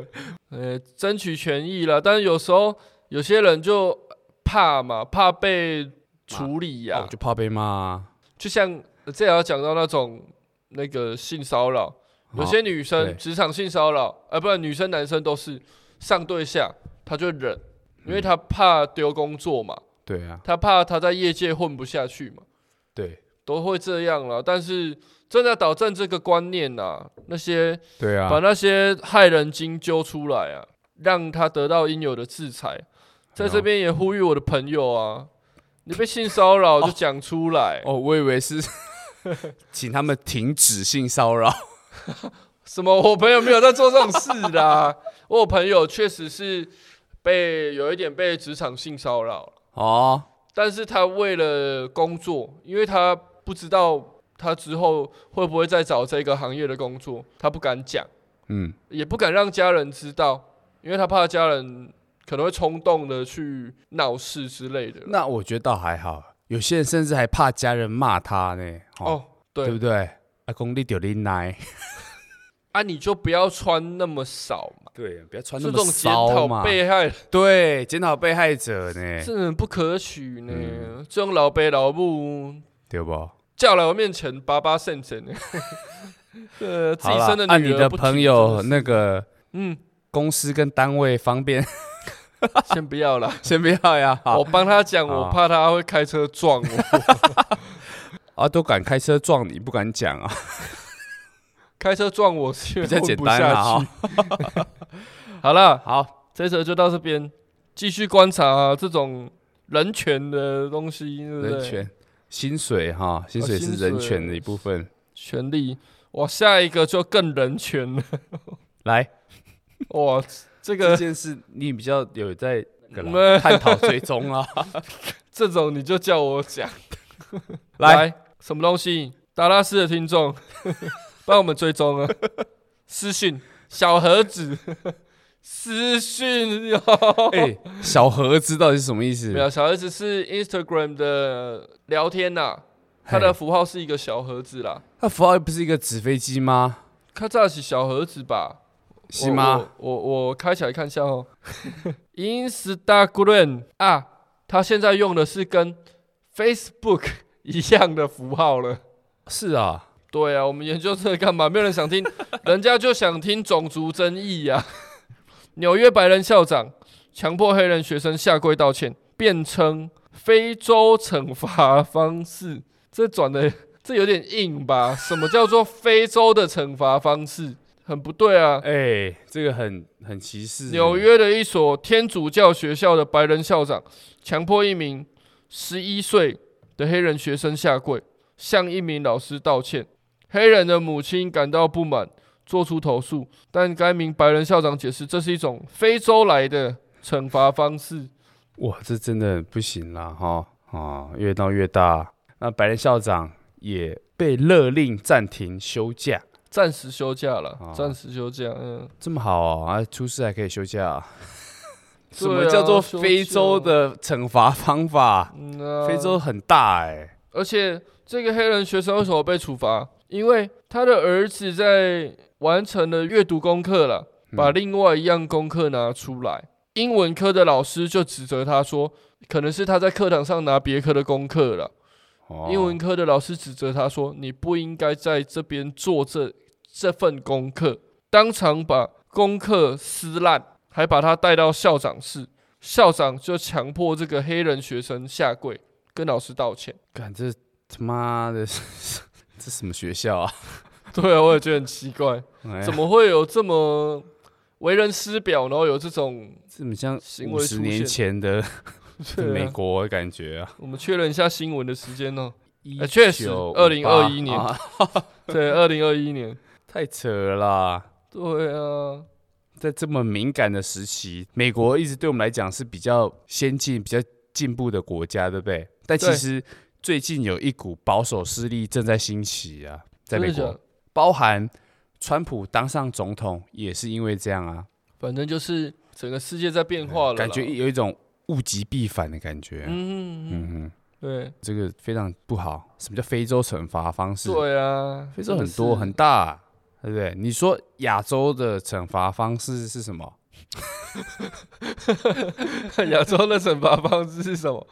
Speaker 2: (laughs) 呃，争取权益了，但是有时候有些人就怕嘛，怕被处理呀、
Speaker 1: 我哦就怕被骂啊，
Speaker 2: 就像呃这也要讲到那种那个性骚扰，有些女
Speaker 1: 哦对
Speaker 2: 生职场性骚扰，呃，不然女生男生都是上对下，她就忍，因
Speaker 1: 嗯
Speaker 2: 为她怕丢工作嘛，
Speaker 1: 对啊，
Speaker 2: 她怕她在业界混不下去嘛，
Speaker 1: 对
Speaker 2: 都会这样了。但是真的要导正这个观念呐、那些
Speaker 1: 对
Speaker 2: 把
Speaker 1: 啊，
Speaker 2: 那些害人精揪出来啊，让他得到应有的制裁。
Speaker 1: 哎
Speaker 2: 在这边也
Speaker 1: 哦
Speaker 2: 呼吁我的朋友啊，你被性骚扰就讲出来。 (laughs)
Speaker 1: 哦，我以为是请他们停止性骚扰。
Speaker 2: 什么？我朋友没有在做这种事啦。 (laughs) 我有朋友确实是被有一点被职场性骚扰，
Speaker 1: 哦，
Speaker 2: 但是他为了工作，因为他不知道他之后会不会再找这个行业的工作，他不敢讲，
Speaker 1: 嗯，
Speaker 2: 也不敢让家人知道，因为他怕家人可能会冲动的去闹事之类的啦。
Speaker 1: 那我觉得倒还好，有些人甚至还怕家人骂他呢。哦，
Speaker 2: 哦，对，
Speaker 1: 对不对？阿公你丢你奶，
Speaker 2: 啊，你就不要穿那么少嘛，
Speaker 1: 对，不要穿
Speaker 2: 这种啊检讨被害人
Speaker 1: 对，检讨被害者呢，
Speaker 2: 这很不可取呢。
Speaker 1: 哎嗯
Speaker 2: 这种老伯老母
Speaker 1: 对不？
Speaker 2: 叫来我面前叭叭圣 (laughs) 圣，呃，自己
Speaker 1: 好啦
Speaker 2: 生的
Speaker 1: 啊、
Speaker 2: 女
Speaker 1: 你
Speaker 2: 儿
Speaker 1: 的
Speaker 2: 不提
Speaker 1: 朋
Speaker 2: 真
Speaker 1: 友
Speaker 2: 的是
Speaker 1: 那个
Speaker 2: 嗯，
Speaker 1: 公司跟单位方便，
Speaker 2: 先不要啦，
Speaker 1: 先不要啊呀， (laughs) 好
Speaker 2: 我帮他讲，我
Speaker 1: 好
Speaker 2: 怕他会开车撞
Speaker 1: (laughs)
Speaker 2: 我，
Speaker 1: 啊，都敢开车撞你，不敢
Speaker 2: (laughs)
Speaker 1: 讲啊，
Speaker 2: 开车撞我是因为
Speaker 1: 比较
Speaker 2: 混
Speaker 1: 简
Speaker 2: 不
Speaker 1: 单啦
Speaker 2: 下
Speaker 1: 哈
Speaker 2: 去。。好了，
Speaker 1: 好，
Speaker 2: 这则就到这边，继续观察、啊这种人权的东西，对不对？
Speaker 1: 人权、薪水哈，薪
Speaker 2: 哦
Speaker 1: 水
Speaker 2: 薪
Speaker 1: 是人
Speaker 2: 水
Speaker 1: 权的一部分。
Speaker 2: 权利，哇，下一个就更人权了，
Speaker 1: 来，
Speaker 2: 哇，这
Speaker 1: 这
Speaker 2: 个
Speaker 1: 件事你比较有在那个啦
Speaker 2: 嗯
Speaker 1: 探讨追踪啊。
Speaker 2: 这种你就叫我讲。
Speaker 1: (laughs) 来，
Speaker 2: 什么东西？达拉斯的听众， (laughs) 帮我们追踪啊！私讯小盒子，私讯哟。
Speaker 1: 哎，小盒子到底是什么意思
Speaker 2: 没？有，小盒子是 Instagram 的聊天呐、它
Speaker 1: 嘿
Speaker 2: 的符号是一个小盒子啦。
Speaker 1: 那符号不是一个纸飞机吗？
Speaker 2: 咔嚓是小盒子吧？
Speaker 1: 是吗？
Speaker 2: 我？我我我开起来看一下哦。Instagram 啊，它现在用的是跟 Facebook 一样的符号了。
Speaker 1: 是啊，
Speaker 2: 对啊，我们研究这个干嘛？没有人想听， (laughs) 人家就想听种族争议呀、啊。 (laughs) 纽约白人校长强迫黑人学生下跪道歉，辩称非洲惩罚方式，这转的 (laughs) 这有点硬吧？什么叫做非洲的惩罚方式？很不对啊！
Speaker 1: 哎，这个很很歧视。
Speaker 2: 纽约的一所天主教学校的白人校长强迫一名十一岁的黑人学生下跪，向一名老师道歉。黑人的母亲感到不满，做出投诉，但该名白人校长解释，这是一种非洲来的惩罚方式。
Speaker 1: 哇，这真的不行啦哈啊，越闹越大。那白人校长也被勒令暂停休假，
Speaker 2: 暂时休假了
Speaker 1: 哦，
Speaker 2: 暂时休假。嗯，
Speaker 1: 这么好哦啊，出事还可以休假、啊。 (laughs) 什
Speaker 2: 对啊
Speaker 1: 么叫做非洲的惩罚方法？
Speaker 2: 嗯啊
Speaker 1: 非洲很大哎、
Speaker 2: 而且这个黑人学生为什么被处罚？因为他的儿子在完成了阅读功课了，
Speaker 1: 嗯
Speaker 2: 把另外一样功课拿出来。英文科的老师就指责他说，可能是他在课堂上拿别科的功课了。
Speaker 1: 哦
Speaker 2: 英文科的老师指责他说：“你不应该在这边做这这份功课。”当场把功课撕烂，还把他带到校长室，校长就强迫这个黑人学生下跪，跟老师道歉。 (laughs)
Speaker 1: 干这他妈的， (laughs) 这什么学校啊？
Speaker 2: 对啊，我也觉得很奇怪，
Speaker 1: 哎
Speaker 2: 怎么会有这么为人师表，然后有这种？
Speaker 1: 这么像
Speaker 2: 行
Speaker 1: 五
Speaker 2: 为
Speaker 1: 十
Speaker 2: 出
Speaker 1: 年
Speaker 2: 现
Speaker 1: 前的
Speaker 2: 对啊
Speaker 1: 美国的感觉啊？
Speaker 2: 我们确认一下新闻的时间哦。哎确实
Speaker 1: 1958
Speaker 2: 2021年
Speaker 1: 啊 (laughs)
Speaker 2: 对，二零二一年。
Speaker 1: 太扯了啦。
Speaker 2: 对啊，
Speaker 1: 在这么敏感的时期，美国一直对我们来讲是比较先进、比较进步的国家，对不对？但其
Speaker 2: 对
Speaker 1: 实最近有一股保守势力正在兴起啊，在
Speaker 2: 真
Speaker 1: 美
Speaker 2: 的假
Speaker 1: 国
Speaker 2: 的，
Speaker 1: 包含川普当上总统也是因为这样啊，
Speaker 2: 反正就是整个世界在变化哦了啦，
Speaker 1: 感觉有一种物极必反的感觉。嗯
Speaker 2: 嗯嗯嗯，
Speaker 1: 嗯，
Speaker 2: 对
Speaker 1: 这个非常不好。什么叫非洲惩罚方式？
Speaker 2: 对啊，
Speaker 1: 非洲
Speaker 2: 真的
Speaker 1: 很多
Speaker 2: 是
Speaker 1: 很大啊、对不对？你说亚洲的惩罚方式是什么？
Speaker 2: (laughs) 亚洲的惩罚方式是什
Speaker 1: (laughs)
Speaker 2: 么？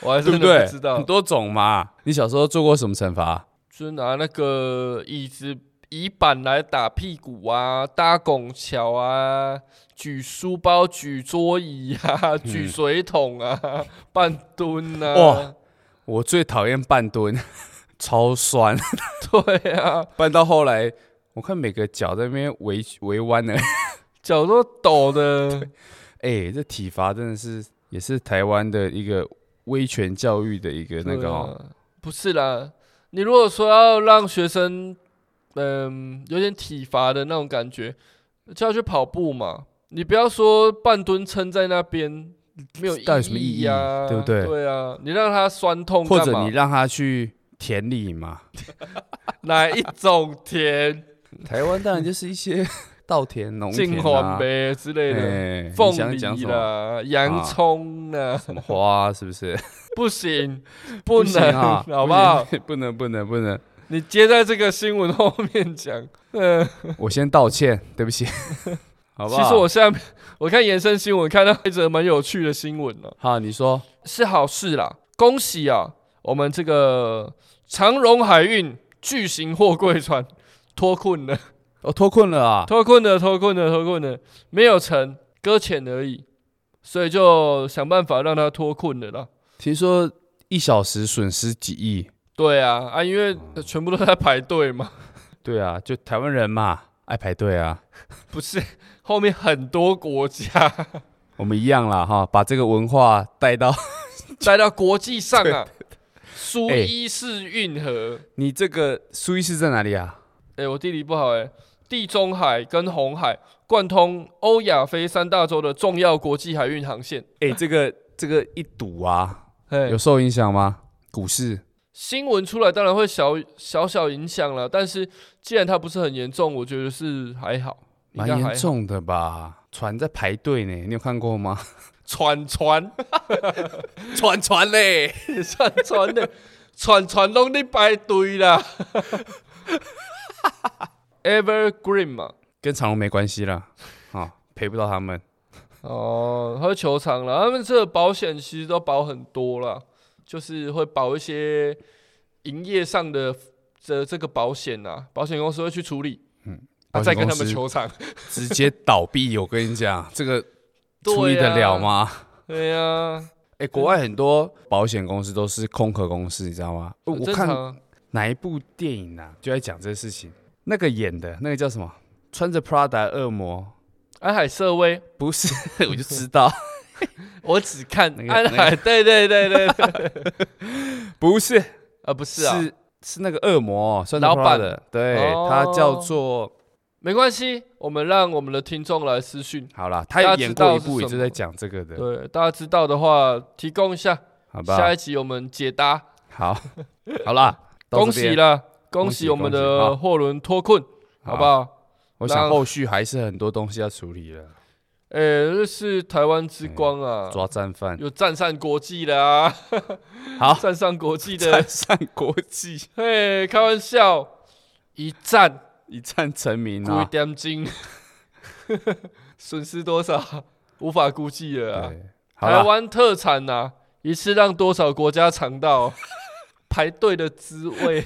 Speaker 2: 我还
Speaker 1: 对
Speaker 2: 真
Speaker 1: 不
Speaker 2: 的
Speaker 1: 对？
Speaker 2: 知道
Speaker 1: 很，多种嘛。你小时候做过什么惩罚？
Speaker 2: 就是拿那个椅子椅板来打屁股啊，搭拱桥啊，举书包、举桌椅啊，
Speaker 1: 嗯
Speaker 2: 举水桶啊， (laughs) 半蹲啊
Speaker 1: 哇，我最讨厌半蹲， (laughs) 超酸，
Speaker 2: 对啊，
Speaker 1: 半到后来，我看每个脚在那边围围弯的，
Speaker 2: 脚都抖的，
Speaker 1: (laughs) 哎、这体罚真的是也是台湾的一个威权教育的一个那
Speaker 2: 对啊
Speaker 1: 个哦，
Speaker 2: 啊不是啦。你如果说要让学生，嗯，有点体罚的那种感觉，叫他去跑步嘛。你不要说半蹲撑在那边没有
Speaker 1: 到底什么
Speaker 2: 意
Speaker 1: 意义
Speaker 2: 啊，
Speaker 1: 对不对
Speaker 2: 对啊，你让他酸痛
Speaker 1: 或
Speaker 2: 干
Speaker 1: 者
Speaker 2: 嘛
Speaker 1: 你让他去田里嘛，
Speaker 2: (laughs) 哪一种
Speaker 1: (laughs)
Speaker 2: 田？
Speaker 1: 台湾当然就是一些稻田、农田
Speaker 2: 金
Speaker 1: 啊
Speaker 2: 环，呗之类的，
Speaker 1: 哎你
Speaker 2: 凤
Speaker 1: 想讲
Speaker 2: 梨
Speaker 1: 什么？
Speaker 2: 啦，洋葱啦，
Speaker 1: 什么花啊是
Speaker 2: (laughs)
Speaker 1: 不是？
Speaker 2: 不
Speaker 1: (laughs)
Speaker 2: 行，不
Speaker 1: 行
Speaker 2: 能，
Speaker 1: 啊
Speaker 2: 好不好？
Speaker 1: 行 (laughs) 不能不能不能，
Speaker 2: 你接在这个新闻后面讲，嗯，
Speaker 1: 我先道歉，
Speaker 2: (laughs)
Speaker 1: 对不起，好不好？
Speaker 2: 其实我现在我看延伸新闻，看到一则蛮有趣的新闻了，
Speaker 1: 好，你说
Speaker 2: 是好事啦，恭喜啊！我们这个长荣海运巨型货柜船脱困了，
Speaker 1: 我脱困了啊？
Speaker 2: 脱困了，脱困了，脱困了，没有成，搁浅而已，所以就想办法让它脱困了啦。
Speaker 1: 听说一小时损失几亿？
Speaker 2: 对啊，啊，因为呃全部都在排队嘛，
Speaker 1: 对啊，就台湾人嘛，爱排队啊，
Speaker 2: 不是后面很多国家 (laughs)
Speaker 1: 我们一样啦哈，把这个文化带到 (laughs)
Speaker 2: 带到国际上啊，苏
Speaker 1: 哎
Speaker 2: 伊士运河。
Speaker 1: 你这个苏伊士在哪里啊？
Speaker 2: 哎、我地理不好哎、地中海跟红海贯通欧亚非三大洲的重要国际海运航线。
Speaker 1: 哎、这个这个一堵啊，
Speaker 2: 哎
Speaker 1: 有，受影响吗？股市
Speaker 2: 新闻出来当然会小小小影响了，但是既然它不是很严重，我觉得是还好，应
Speaker 1: 蛮
Speaker 2: 该还
Speaker 1: 严
Speaker 2: 好。
Speaker 1: 重的吧？船在排队呢，你有看过吗？
Speaker 2: 船船
Speaker 1: (laughs) 船船嘞，
Speaker 2: 船船的船船拢在排队
Speaker 1: (laughs)
Speaker 2: 啦。Evergreen 嘛，
Speaker 1: 跟长隆没关系啦，啊，赔不到他们。
Speaker 2: 哦，还有球场啦，他们这个保险其实都保很多啦，就是会保一些营业上的这这个保险啊，保险公司会去处理，嗯，啊、
Speaker 1: 保险
Speaker 2: 再跟他
Speaker 1: 公
Speaker 2: 们
Speaker 1: 司
Speaker 2: 球场，
Speaker 1: (laughs) 直接倒闭，我跟你讲，这个
Speaker 2: 对
Speaker 1: 处理得
Speaker 2: 啊
Speaker 1: 了吗？
Speaker 2: 对呀、
Speaker 1: 哎、国外很多保险公司都是空壳公司，你知道吗？
Speaker 2: 很
Speaker 1: 我
Speaker 2: 正
Speaker 1: 看
Speaker 2: 常啊
Speaker 1: 哪一部电影啊，就在讲这事情。那个演的那个叫什么？穿着 Prada 的恶魔？
Speaker 2: 安海瑟薇，
Speaker 1: 不
Speaker 2: (laughs)
Speaker 1: 是，我就知道，
Speaker 2: 我只看
Speaker 1: 那个
Speaker 2: 安
Speaker 1: 那个
Speaker 2: 海， (laughs) 对对对
Speaker 1: (laughs)
Speaker 2: 对对，
Speaker 1: (laughs) 不是，
Speaker 2: 啊不 (laughs) 是啊，
Speaker 1: 是是那个恶魔，哦穿着
Speaker 2: 老板
Speaker 1: Prada 的，对，
Speaker 2: 哦
Speaker 1: 他叫做
Speaker 2: 没关系，我们让我们的听众来私讯，
Speaker 1: 好啦，
Speaker 2: 大
Speaker 1: 他
Speaker 2: 家
Speaker 1: 有
Speaker 2: 知
Speaker 1: 演过
Speaker 2: 道
Speaker 1: 一
Speaker 2: 是
Speaker 1: 部，也
Speaker 2: 什
Speaker 1: 就
Speaker 2: 么
Speaker 1: 在讲这个的，
Speaker 2: 对大家知道的话提供一下，
Speaker 1: 好吧
Speaker 2: 下？一集我们解答。 (laughs)
Speaker 1: 好，好啦，到
Speaker 2: 恭喜
Speaker 1: 这边，
Speaker 2: 啦！恭
Speaker 1: 恭
Speaker 2: 喜
Speaker 1: 喜
Speaker 2: 我们
Speaker 1: 恭喜好
Speaker 2: 的货轮脱困，好不好？
Speaker 1: 我
Speaker 2: 让
Speaker 1: 想后续还是很多东西要处理了，
Speaker 2: 诶，这哎是台湾之光啊，
Speaker 1: 嗯抓战犯，
Speaker 2: 有站上国际的啊，
Speaker 1: (laughs) 好，
Speaker 2: 站上国际
Speaker 1: 站
Speaker 2: 的，
Speaker 1: 上国际，
Speaker 2: 嘿，开玩笑，一站
Speaker 1: 一战成名
Speaker 2: 几
Speaker 1: 啊！
Speaker 2: 点钟， (laughs) 损失多少无法估计了啊！
Speaker 1: 对，好
Speaker 2: 台
Speaker 1: 了，
Speaker 2: 湾特产呐，一次让多少国家尝
Speaker 1: (laughs)
Speaker 2: 到排队的滋味？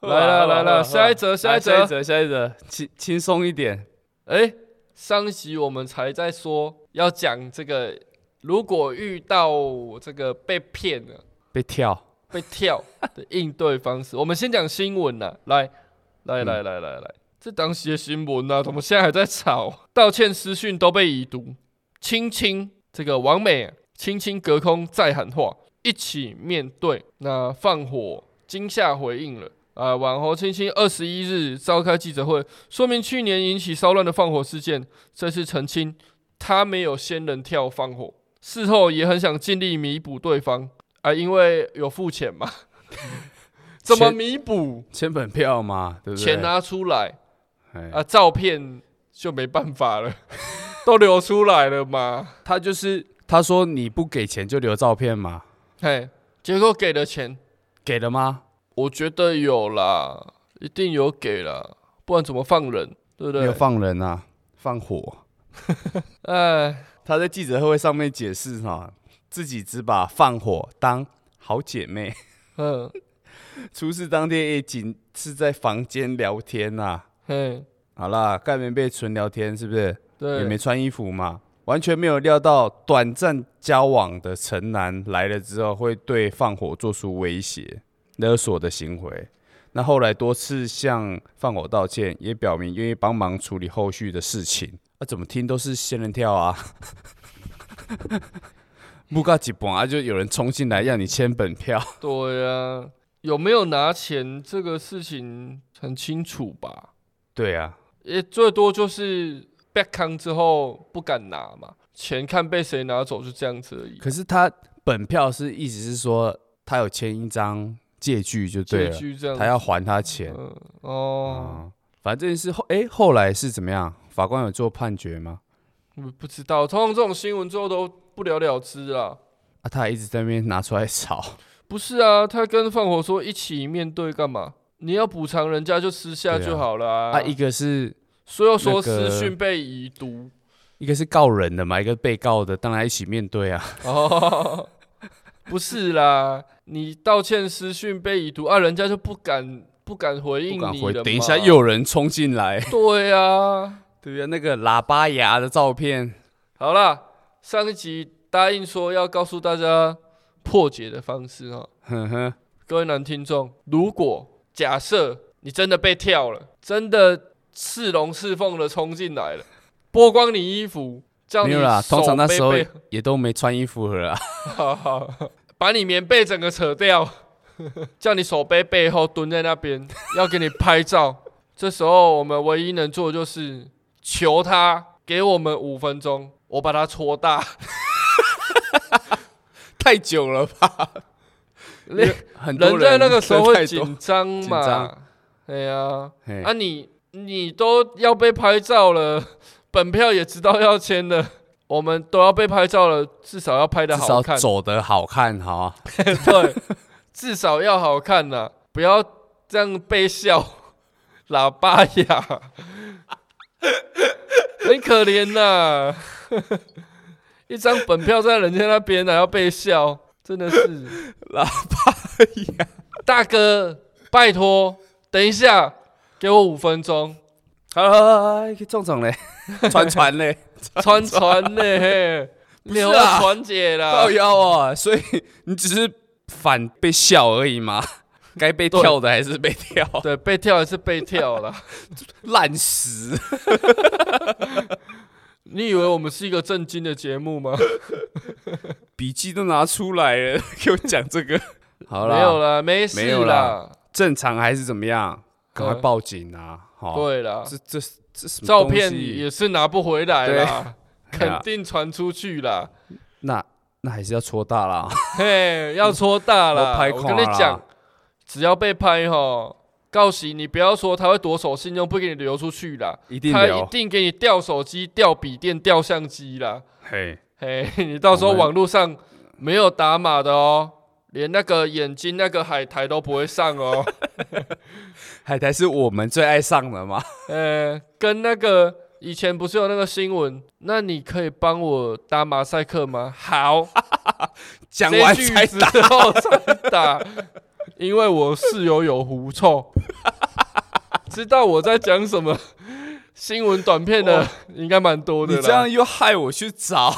Speaker 2: 来了来了，下一则下一
Speaker 1: 啊下一
Speaker 2: 则，
Speaker 1: 则，下一则，轻轻松一点。
Speaker 2: 哎，上一集我们才在说要讲这个，如果遇到这个被骗了、
Speaker 1: 被跳，
Speaker 2: 被跳的应对方式，我们先讲新闻啦，来，来
Speaker 1: 嗯
Speaker 2: 来来来来，这当时的新闻啊，怎么现在还在吵？道歉私讯都被已读，亲亲，这个王美轻轻隔空再喊话，一起面对。那放火惊吓回应了。啊，网红青青二十一日召开记者会，说明去年引起骚乱的放火事件，这次澄清他没有仙人跳放火，事后也很想尽力弥补对方啊，因为有付钱嘛， (laughs) 怎么
Speaker 1: 嗯钱
Speaker 2: 弥补？
Speaker 1: 签本票嘛，对不对？
Speaker 2: 钱拿出来
Speaker 1: 哎
Speaker 2: 啊，照片就没办法了， (laughs) 都流出来了嘛。
Speaker 1: 他就是他说你不给钱就留照片嘛，
Speaker 2: 嘿，结果给的钱，
Speaker 1: 给了吗？
Speaker 2: 我觉得有啦，一定有给啦，不然怎么放人？对不
Speaker 1: 没
Speaker 2: 对？
Speaker 1: 有放人啊，放火。
Speaker 2: 哎，
Speaker 1: 他在记者会上面解释哈、自己只把放火当好姐妹。 (laughs)
Speaker 2: 嗯，
Speaker 1: 出事当天也仅是在房间聊天呐、啊
Speaker 2: 嘿，
Speaker 1: 好啦，盖棉被纯聊天是不是？也
Speaker 2: 对
Speaker 1: 没，穿衣服嘛，完全没有料到短暂交往的城南来了之后会对放火做出威胁、勒索的行为。那后来多次向放火道歉，也表明愿意帮忙处理后续的事情。啊，怎么听都是仙人跳啊！ (laughs) 木嘎几蹦啊，就有人冲进来要你签本票，
Speaker 2: 对啊，有没有拿钱这个事情很清楚吧？
Speaker 1: 对啊，
Speaker 2: 也最多就是被坑之后不敢拿嘛，钱看被谁拿走就这样子而已。
Speaker 1: 可是他本票是一直是说他有签一张借据就对
Speaker 2: 借
Speaker 1: 了，
Speaker 2: 据这样子，
Speaker 1: 他要还他钱。
Speaker 2: 嗯哦，
Speaker 1: 哦，反正是后哎、后来是怎么样？法官有做判决吗？
Speaker 2: 我不知道，通常这种新闻最后都不了了之啊。
Speaker 1: 啊，他还一直在那边拿出来吵。
Speaker 2: 不是啊，他跟放火说一起面对干嘛？你要补偿人家就私下
Speaker 1: 对啊
Speaker 2: 就好了啊
Speaker 1: 啊，一个是
Speaker 2: 所有说
Speaker 1: 那个
Speaker 2: 私讯被已读，
Speaker 1: 一个是告人的嘛，一个被告的，当然一起面对啊。
Speaker 2: 哦， (laughs) 不是啦，你道歉私讯被已读啊，人家就不敢不敢回应
Speaker 1: 不
Speaker 2: 你
Speaker 1: 敢回，
Speaker 2: 了嘛
Speaker 1: 等一下又有人冲进来。
Speaker 2: 对啊，
Speaker 1: 对啊，那个喇叭牙的照片，
Speaker 2: 好啦，上一集答应说要告诉大家破解的方式哈，
Speaker 1: 哼哼，
Speaker 2: 各位男听众，如果假设你真的被跳了，真的是龙是凤的冲进来了，剥光你衣服，叫
Speaker 1: 没
Speaker 2: 你
Speaker 1: 有啦，
Speaker 2: 手
Speaker 1: 通常那
Speaker 2: 背
Speaker 1: 时候
Speaker 2: 背
Speaker 1: 也都没穿衣服了啦。 (laughs)
Speaker 2: 好好， (laughs) 把你棉被整个扯掉， (laughs) 叫你手背背后蹲在那边，要给你拍照。这时候我们唯一能做的就是求他给我们五分钟，我把他戳大。
Speaker 1: 太久了吧？
Speaker 2: 人
Speaker 1: 很多
Speaker 2: 人在那个时候会
Speaker 1: (laughs) 太多
Speaker 2: 紧张
Speaker 1: 紧
Speaker 2: 嘛
Speaker 1: 张，哎
Speaker 2: 对呀、
Speaker 1: 嘿
Speaker 2: 啊，你你都要被拍照了， (laughs) 本票也知道要签了，我们都要被拍照了，至少要拍的
Speaker 1: 至
Speaker 2: 好
Speaker 1: 少
Speaker 2: 看，
Speaker 1: 走得好看哈。
Speaker 2: 对，至少要好看呐、不要这样被笑， (laughs) 喇叭呀， (laughs) 很可怜呐、 (laughs) 一张本票在人家那边还要被笑，真的是
Speaker 1: 喇
Speaker 2: 叭呀，大哥，拜托，等一下，给我五分
Speaker 1: (laughs)
Speaker 2: 钟，
Speaker 1: 好了，好了好了中奖嘞， (laughs) 传传嘞，
Speaker 2: 传传呢，嘿，
Speaker 1: (laughs) 不
Speaker 2: 你
Speaker 1: 是啊
Speaker 2: 要传姐啦
Speaker 1: (laughs) 靠，腰啊！所以你只是反被笑而
Speaker 2: (laughs)
Speaker 1: 已嘛，该被跳的还是被跳，
Speaker 2: 对，被跳还是被跳啦。
Speaker 1: 烂死！
Speaker 2: 你以为我们是一个正经的节目吗？
Speaker 1: 笔记都拿出来了， (laughs) 给我讲
Speaker 2: (laughs)
Speaker 1: 这个。好
Speaker 2: 没有
Speaker 1: 了，
Speaker 2: 啦，没事
Speaker 1: 没有
Speaker 2: 啦
Speaker 1: 啦。正常还是怎么样？赶快
Speaker 2: 对
Speaker 1: 报警啊！好，
Speaker 2: 呃对啦，
Speaker 1: 这这这什么
Speaker 2: 照
Speaker 1: 东西
Speaker 2: 片也是拿不回来啦，
Speaker 1: 对啊
Speaker 2: (laughs) 肯定传出去啦。
Speaker 1: 那那还是要戳大
Speaker 2: (laughs)
Speaker 1: 啦。
Speaker 2: 嘿，要戳大啦
Speaker 1: 哎我！拍
Speaker 2: 我
Speaker 1: 垮
Speaker 2: 跟你
Speaker 1: 啦
Speaker 2: 讲，只要被拍吼，告喜你不要说他会夺手信用，不给你流出去啦，
Speaker 1: 一定哦
Speaker 2: 他一
Speaker 1: 有。
Speaker 2: 定给你调手机、调笔电、调相机啦。
Speaker 1: 嘿，
Speaker 2: 嘿， (laughs) 你到时候
Speaker 1: 我们
Speaker 2: 网络上没有打码的哦，连那个眼睛那个海苔都不会上哦。
Speaker 1: 海苔是我们最爱上
Speaker 2: (laughs)
Speaker 1: 的嘛？
Speaker 2: 呃，跟那个以前不是有那个新闻？那你可以帮我打马赛克吗？好，
Speaker 1: (laughs) 讲完
Speaker 2: 这句
Speaker 1: 才
Speaker 2: 之
Speaker 1: 打，
Speaker 2: 后才打，因为我室友有狐
Speaker 1: (laughs)
Speaker 2: 臭，知道我在讲什么。新闻短片的
Speaker 1: 哇
Speaker 2: 应该蛮多的
Speaker 1: 哦你
Speaker 2: 啦，
Speaker 1: 这样又害我去找，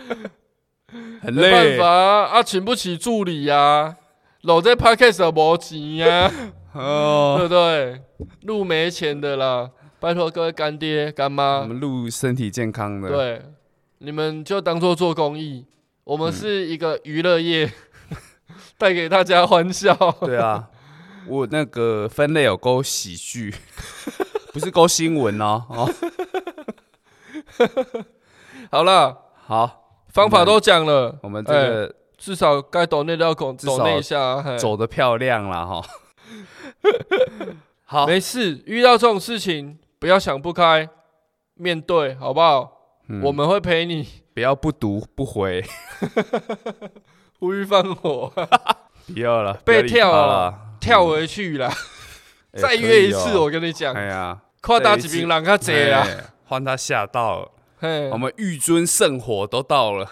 Speaker 2: (laughs)
Speaker 1: 很
Speaker 2: 没办
Speaker 1: 累
Speaker 2: 法。啊，啊请不起助理呀、啊，老在 podcast 的没钱呀、啊。
Speaker 1: 哦，
Speaker 2: 对不对？路没钱的啦，拜托各位干爹干
Speaker 1: 我
Speaker 2: 妈，
Speaker 1: 们录身体健康的，
Speaker 2: 啊对，你们就当做做公益，我
Speaker 1: 嗯
Speaker 2: 们是一个娱乐业， (laughs) 带给大家欢笑。
Speaker 1: 对啊，我那个分类有勾喜剧， (laughs) 不是勾新闻哦。哦，
Speaker 2: (laughs) 好啦，
Speaker 1: 好，
Speaker 2: 方法都讲了，
Speaker 1: 我们这个
Speaker 2: 至少该抖内都要抖
Speaker 1: 至少
Speaker 2: 抖内一下、啊。嘿
Speaker 1: 走的漂亮了哈。 (laughs) 好，
Speaker 2: 没事，遇到这种事情不要想不开，面对好不好？
Speaker 1: 嗯
Speaker 2: 我们会陪你， (laughs)
Speaker 1: 不要不读不回， (laughs)
Speaker 2: 呼吁放火，
Speaker 1: 嗯不要了，
Speaker 2: 被
Speaker 1: 不要理他
Speaker 2: 跳啊
Speaker 1: 了，
Speaker 2: 跳回去啦，
Speaker 1: (laughs) 哎
Speaker 2: 再约一次，。
Speaker 1: 可以哦
Speaker 2: 我跟你讲，
Speaker 1: 哎呀，
Speaker 2: 跨大几瓶狼卡贼啦。
Speaker 1: 哎，换他吓到了。
Speaker 2: 嘿
Speaker 1: 我，们玉尊圣火都到了，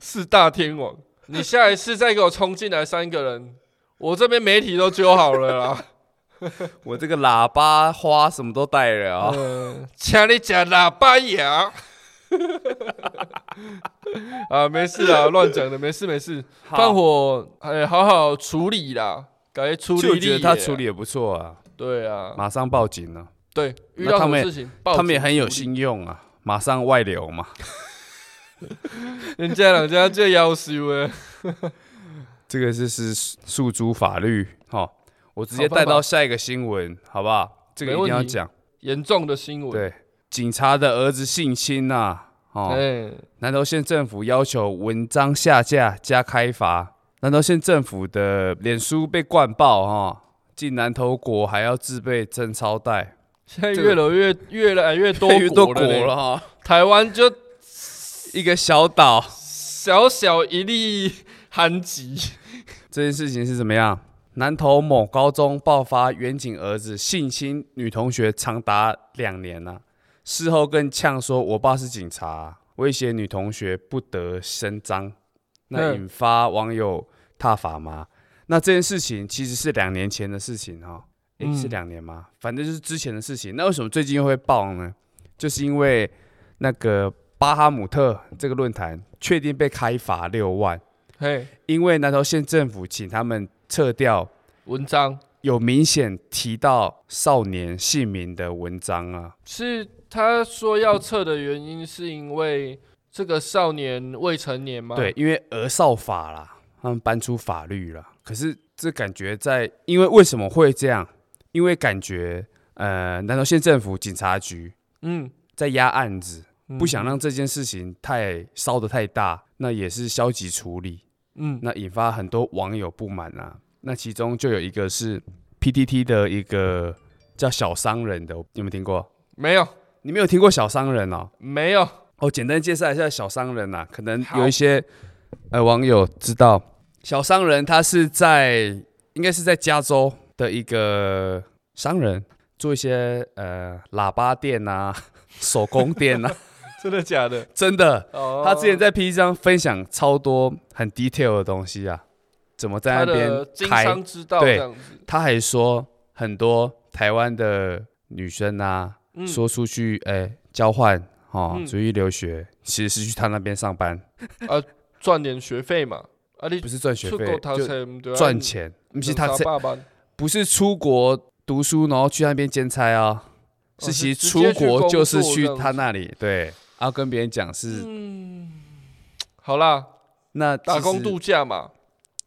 Speaker 2: 四大天王，你下一次再给我冲进来三个人，我这边媒体都揪好了
Speaker 1: (laughs)
Speaker 2: 啦。
Speaker 1: 我这个喇叭花什么都带了啊、
Speaker 2: 嗯，请你讲喇叭牙。 (laughs) 啊，没事啦，乱讲的，没事没事，
Speaker 1: 好
Speaker 2: 放火，哎，好好处理啦，该处理
Speaker 1: 就
Speaker 2: 力
Speaker 1: 觉得他处，理也不错啊，
Speaker 2: 对啊，
Speaker 1: 马上报警了。
Speaker 2: 对，遇
Speaker 1: 那
Speaker 2: 到
Speaker 1: 他
Speaker 2: 什么
Speaker 1: 们
Speaker 2: 事情，报
Speaker 1: 他们也
Speaker 2: 警
Speaker 1: 很有
Speaker 2: 处理，
Speaker 1: 信用啊，马上外流嘛，
Speaker 2: 人家人家这要求的，
Speaker 1: 这个就是诉诸法律哈。我直接
Speaker 2: 好方法
Speaker 1: 带到下一个新闻，好不好？这个一定
Speaker 2: 没
Speaker 1: 要
Speaker 2: 问题
Speaker 1: 讲。
Speaker 2: 严重的新闻。
Speaker 1: 对，哦警察的儿子性侵呐、哦，
Speaker 2: 哎，
Speaker 1: 南投县政府要求文章下架加开罚，南投县政府的脸书被灌爆哈、哦，进南投国还要自备真钞袋，
Speaker 2: 现在
Speaker 1: 这个
Speaker 2: 越来越越来越多
Speaker 1: 越多
Speaker 2: 国
Speaker 1: 国
Speaker 2: 了呢，
Speaker 1: 了哈、
Speaker 2: 台湾就
Speaker 1: 一个小岛，
Speaker 2: 小小一粒寒疾，
Speaker 1: (laughs) 这件事情是怎么样？南投某高中爆发远景儿子性侵女同学长达两年呐、事后更呛说：“我爸是警察、啊威胁女同学不得声张。”那
Speaker 2: 嗯
Speaker 1: 引发网友挞伐吗？那这件事情其实是两年前的事情哈、哦，诶、
Speaker 2: 嗯
Speaker 1: 是两年吗？反正就是之前的事情。那为什么最近又会爆呢？就是因为那个巴哈姆特这个论坛确定被开罚六万。
Speaker 2: 嘿，
Speaker 1: 因为南投县政府请他们撤掉
Speaker 2: 文章
Speaker 1: 有明显提到少年姓名的文章啊，
Speaker 2: 是他说要撤的原因，是因为这个少年未成年吗？
Speaker 1: 对，，因为儿少法啦，他们搬出法律了。可是这感觉在，因为为什么会这样？因为感觉呃，南投县政府警察局
Speaker 2: 嗯，
Speaker 1: 在压案子，
Speaker 2: 嗯
Speaker 1: 不想，让这件事情太烧得太大，那也是消极处理。
Speaker 2: 嗯，
Speaker 1: 那引发很多网友不满啊。那其中就有一个是 PTT 的一个叫小商人的，你有没有听过？
Speaker 2: 没有，
Speaker 1: 你没有听过小商人哦？
Speaker 2: 没有，
Speaker 1: 哦，简单介绍一下小商人啊，可能
Speaker 2: 好
Speaker 1: 有一些呃网友知道，小商人他是在应该是在加州的一个商人，做一些呃喇叭店啊、 (laughs) 手工店啊， (laughs)
Speaker 2: 真的假的？
Speaker 1: (laughs) 真的
Speaker 2: 哦，
Speaker 1: 他之前在 P 上分享超多很 detail 的东西啊，怎么在
Speaker 2: 他
Speaker 1: 那边
Speaker 2: 的经
Speaker 1: 开？
Speaker 2: 商之道这
Speaker 1: 对
Speaker 2: 样子，
Speaker 1: 他还说很多台湾的女生啊，
Speaker 2: 嗯，
Speaker 1: 说出去哎、交换哦
Speaker 2: 嗯，
Speaker 1: 出去留学，其实是去他那边上班，
Speaker 2: 赚点学费嘛，啊，你
Speaker 1: 不是赚学
Speaker 2: 出
Speaker 1: 费
Speaker 2: 国读
Speaker 1: 就
Speaker 2: 册不对啊，
Speaker 1: 赚钱，不
Speaker 2: 你，
Speaker 1: 是他
Speaker 2: 爸爸，哦
Speaker 1: 不是出国读书然后去那边兼差啊，是其
Speaker 2: 哦
Speaker 1: 实
Speaker 2: 直
Speaker 1: 出
Speaker 2: 接去
Speaker 1: 国
Speaker 2: 工
Speaker 1: 就是
Speaker 2: 作
Speaker 1: 去
Speaker 2: 这样
Speaker 1: 他
Speaker 2: 子
Speaker 1: 那里，对，然后跟别人讲是
Speaker 2: 嗯，好啦，
Speaker 1: 那
Speaker 2: 打
Speaker 1: 其
Speaker 2: 工
Speaker 1: 实
Speaker 2: 度假嘛，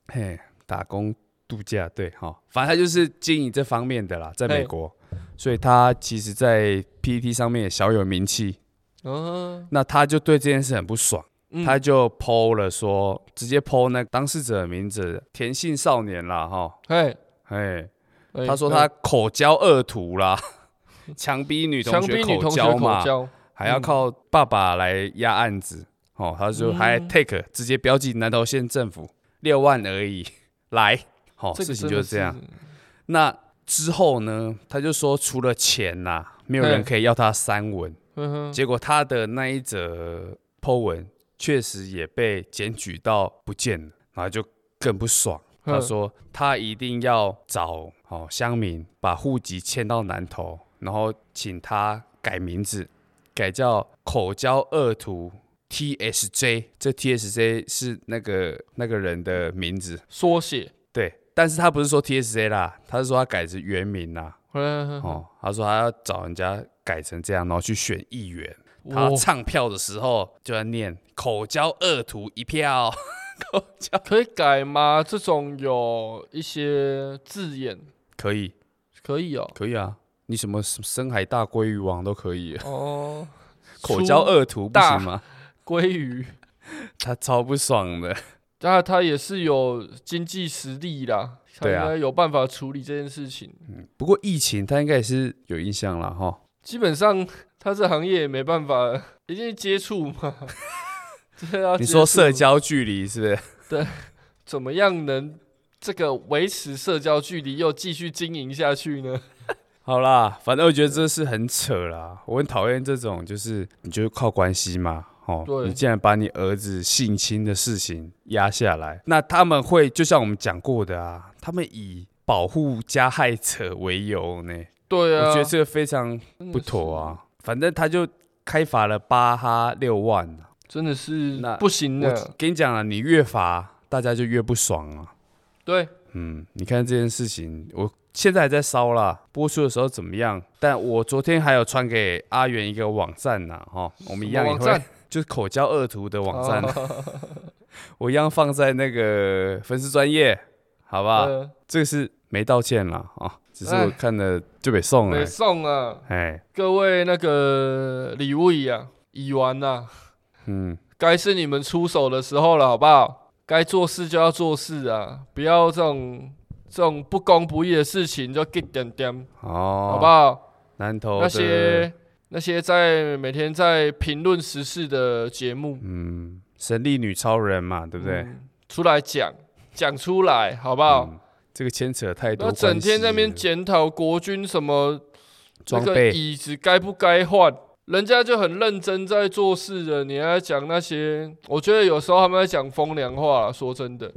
Speaker 1: 嘿，打工度假，对哈、反正他就是经营这方面的啦，在美
Speaker 2: 嘿
Speaker 1: 国，所以他其实，在 PPT 上面也小有名气。
Speaker 2: 嗯，
Speaker 1: 那他就对这件事很不爽，
Speaker 2: 嗯
Speaker 1: 他就 PO 了说，直接 PO 那当事者的名字田姓少年啦哈，
Speaker 2: 嘿，
Speaker 1: 嘿，
Speaker 2: 哎
Speaker 1: 他说
Speaker 2: 嗯
Speaker 1: 他口交恶徒啦， (laughs) 强逼女同
Speaker 2: 强
Speaker 1: 学
Speaker 2: 逼女
Speaker 1: 口
Speaker 2: 同学
Speaker 1: 交
Speaker 2: 口
Speaker 1: 嘛，
Speaker 2: 交，嗯
Speaker 1: 还要靠爸爸来压案子。哦，他就还
Speaker 2: 嗯
Speaker 1: take、直接标记南投县政府六万而已，来，好、
Speaker 2: 这个
Speaker 1: 哦事情
Speaker 2: 真
Speaker 1: 就
Speaker 2: 的
Speaker 1: 是这样。。那之后呢，他就说除了钱呐、没有
Speaker 2: 嘿
Speaker 1: 人可以要他三文。
Speaker 2: 嗯哼，
Speaker 1: 结果他的那一则 po 文确实也被检举到不见了，然后就更不爽。
Speaker 2: 嗯
Speaker 1: 他说他一定要找哦乡民把户籍迁到南投，然后请他改名字，改叫口交恶徒 TSJ。这 TSJ 是那个那个人的名字，
Speaker 2: 缩写，
Speaker 1: 对。但是他不是说 TSJ 啦，他是说他改成原名啦。
Speaker 2: 嗯哼，
Speaker 1: 哦，他说他要找人家改成这样，然后去选议员。他
Speaker 2: 哇
Speaker 1: 唱票的时候就在念“口交恶徒一票
Speaker 2: 可以改吗？这种有一些字眼”，
Speaker 1: (laughs) 可以，
Speaker 2: 可以哦。
Speaker 1: 可以啊，你什么深海大鲑鱼王都可 (laughs) 以，
Speaker 2: 哦，
Speaker 1: 口交恶徒不行吗？
Speaker 2: 鲑鱼，
Speaker 1: 他超不爽的，
Speaker 2: 那他也是有经济实力啦，他
Speaker 1: 对
Speaker 2: 应
Speaker 1: 啊
Speaker 2: 该有办法处理这件事情。
Speaker 1: 不过疫情他应该也是有印象了哈。
Speaker 2: 基本上他这行业也没办法， (laughs) 一定接触嘛。 (laughs) 对啊，接
Speaker 1: 你说
Speaker 2: 触
Speaker 1: 社交距离是不是？
Speaker 2: 怎么样能这个维持社交距离又继续经营下去呢？
Speaker 1: 好啦，反正我觉得这是很扯啦，我很讨厌这种，就是你就是靠关系嘛，哦，
Speaker 2: 对
Speaker 1: 你竟然把你儿子性侵的事情压下来，那他们会就像我们讲过的啊，他们以保护加害者为由呢，
Speaker 2: 对
Speaker 1: 我
Speaker 2: 啊，
Speaker 1: 觉得这个非常
Speaker 2: 真的
Speaker 1: 不
Speaker 2: 是
Speaker 1: 妥，啊。反正他就开罚了巴哈六万啊，
Speaker 2: 真的是
Speaker 1: 那
Speaker 2: 不行
Speaker 1: 我
Speaker 2: 的。
Speaker 1: 跟你讲啊，你越罚大家就越不爽啊。
Speaker 2: 对，
Speaker 1: 嗯，你看这件事情，我现在还在烧啦。播出的时候怎么样？但我昨天还有传给阿元一个网站呐、哈，我们一样也
Speaker 2: 网
Speaker 1: 会
Speaker 2: 站，
Speaker 1: 就是口交恶徒的网站，
Speaker 2: 哦
Speaker 1: 我一样放在那个粉丝专业，好不好？
Speaker 2: 呃，
Speaker 1: 这个是没道歉啦啊、只是我
Speaker 2: 哎
Speaker 1: 看了就被送
Speaker 2: 北
Speaker 1: 了，
Speaker 2: 宋啊，
Speaker 1: 哎，
Speaker 2: 各位那个李卫啊、乙丸呐、啊，
Speaker 1: 嗯，
Speaker 2: 该是你们出手的时候了，好不好？该做事就要做事啊，不要这种这种不公不义的事情就给点点，
Speaker 1: 哦，
Speaker 2: 好不，好？
Speaker 1: 南投
Speaker 2: 那
Speaker 1: 的
Speaker 2: 些那些在每天在评论时事的节目，
Speaker 1: 嗯，神力女超人嘛，对不对？
Speaker 2: 嗯出来讲讲出来，好不好？
Speaker 1: 嗯这个牵扯太多
Speaker 2: 那
Speaker 1: 关系了，
Speaker 2: 整天在那边检讨国军什么这
Speaker 1: 装
Speaker 2: 个
Speaker 1: 备，
Speaker 2: 椅子该不该换，人家就很认真在做事的，你还讲那些，我觉得有时候他们在讲风凉话啦说真的，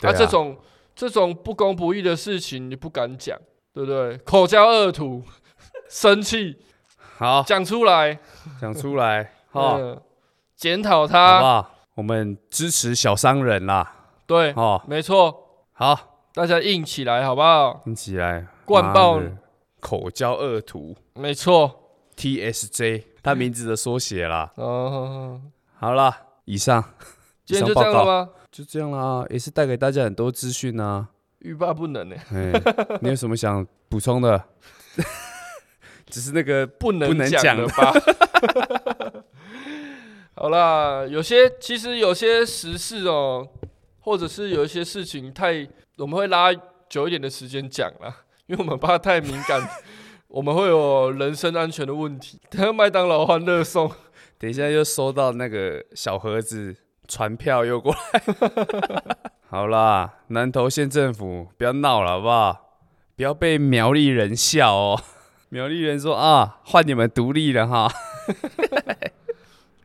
Speaker 1: 对啊
Speaker 2: 这种这种不公不义的事情你不敢讲，对不对？口交恶徒， (laughs) 生气
Speaker 1: 好
Speaker 2: 讲出来，
Speaker 1: 讲出来，哈，
Speaker 2: 嗯，检讨
Speaker 1: 哦好不
Speaker 2: 他，
Speaker 1: 好？我们支持小商人啦，
Speaker 2: 对，
Speaker 1: 哦，
Speaker 2: 没错，
Speaker 1: 好，
Speaker 2: 大家硬起来好不好？
Speaker 1: 听起来
Speaker 2: 灌爆
Speaker 1: 妈的口交恶徒
Speaker 2: 没错，
Speaker 1: TSJ，他名字的缩写啦。
Speaker 2: 嗯，
Speaker 1: 好啦，以上
Speaker 2: 今天就
Speaker 1: 以上报
Speaker 2: 这样了
Speaker 1: 告
Speaker 2: 吗？
Speaker 1: 就这样啦，也是带给大家很多资讯啊。
Speaker 2: 欲罢不能呢、欸
Speaker 1: 哎，你有什么想补充的？ (laughs) 只是那个
Speaker 2: 不
Speaker 1: 不
Speaker 2: 能
Speaker 1: 能
Speaker 2: 讲
Speaker 1: 讲
Speaker 2: 了吧？ (laughs) 好啦，有些其实有些时事哦，或者是有一些事情太，我们会拉久一点的时间讲啦，因为我们怕太敏感， (laughs) 我们会有人身安全的问题。 (laughs) 等下麦当劳欢乐颂，
Speaker 1: 等一下又收到那个小盒子传票又过来。 (laughs) 好啦，南投县政府不要闹了好不好？不要被苗栗人笑哦。苗栗人说啊，换你们独立了哈。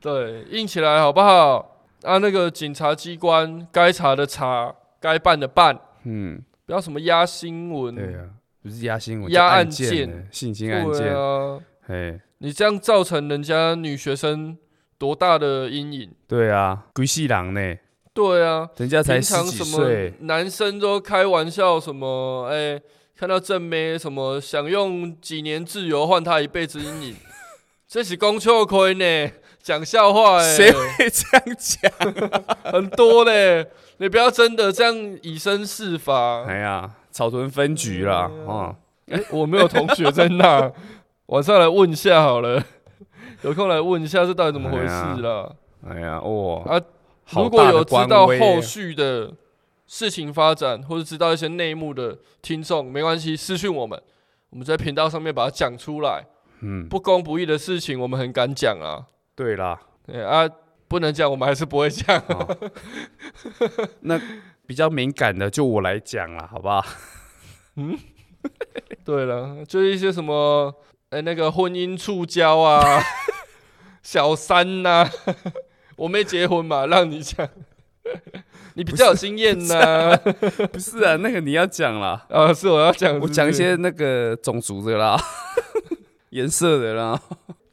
Speaker 2: 对，硬起来好不好？啊，那个警察机关该查的查，该办的办，
Speaker 1: 嗯，
Speaker 2: 不要什么压新闻，
Speaker 1: 对啊，不是压新闻，
Speaker 2: 压
Speaker 1: 就
Speaker 2: 案
Speaker 1: 案
Speaker 2: 件
Speaker 1: 件呢，性侵案
Speaker 2: 对
Speaker 1: 件，
Speaker 2: 啊，
Speaker 1: 哎，
Speaker 2: 你这样造成人家女学生多大的阴影？
Speaker 1: 对啊，鬼细狼呢，
Speaker 2: 对啊，
Speaker 1: 人家才
Speaker 2: 平
Speaker 1: 十
Speaker 2: 常
Speaker 1: 几
Speaker 2: 什么
Speaker 1: 岁，
Speaker 2: 男生都开玩笑什么，哎、看到正妹什么想用几年自由换她一辈子阴 (laughs) 影，这是公秋亏呢，讲笑话哎、
Speaker 1: 谁会这样讲？
Speaker 2: 很多嘞，你不要真的这样以身试法。
Speaker 1: (laughs) 哎呀，草屯分局啦，
Speaker 2: 对啊
Speaker 1: 啊，
Speaker 2: 哎、我没有同学在 (laughs) 那，晚上来问一下好了，有空来问一下这到底怎么回事啦。
Speaker 1: 哎呀，哦，
Speaker 2: 啊
Speaker 1: 好
Speaker 2: 如果
Speaker 1: 大的
Speaker 2: 有知
Speaker 1: 官
Speaker 2: 道
Speaker 1: 威
Speaker 2: 后续的事情发展，或者知道一些内幕的听众，没关系，私讯我们，我们在频道上面把它讲出来。
Speaker 1: 嗯，
Speaker 2: 不公不义的事情，我们很敢讲啊。
Speaker 1: 对啦，
Speaker 2: 对啊，不能讲，我们还是不会讲。 (laughs)
Speaker 1: 哦、那比较敏感的就我来讲了，好不好？
Speaker 2: 对了，就是一些什么，哎、那个婚姻触礁啊， (laughs) 小三呐、 (laughs) 我没结婚嘛，让你讲， (laughs) 你比较有经验呐、 (laughs) 啊。
Speaker 1: 不是啊，那个你要讲啦，
Speaker 2: 是我要讲，
Speaker 1: 我
Speaker 2: 是不
Speaker 1: 讲一
Speaker 2: 是
Speaker 1: 些那个种族的啦， (laughs) 颜色的啦。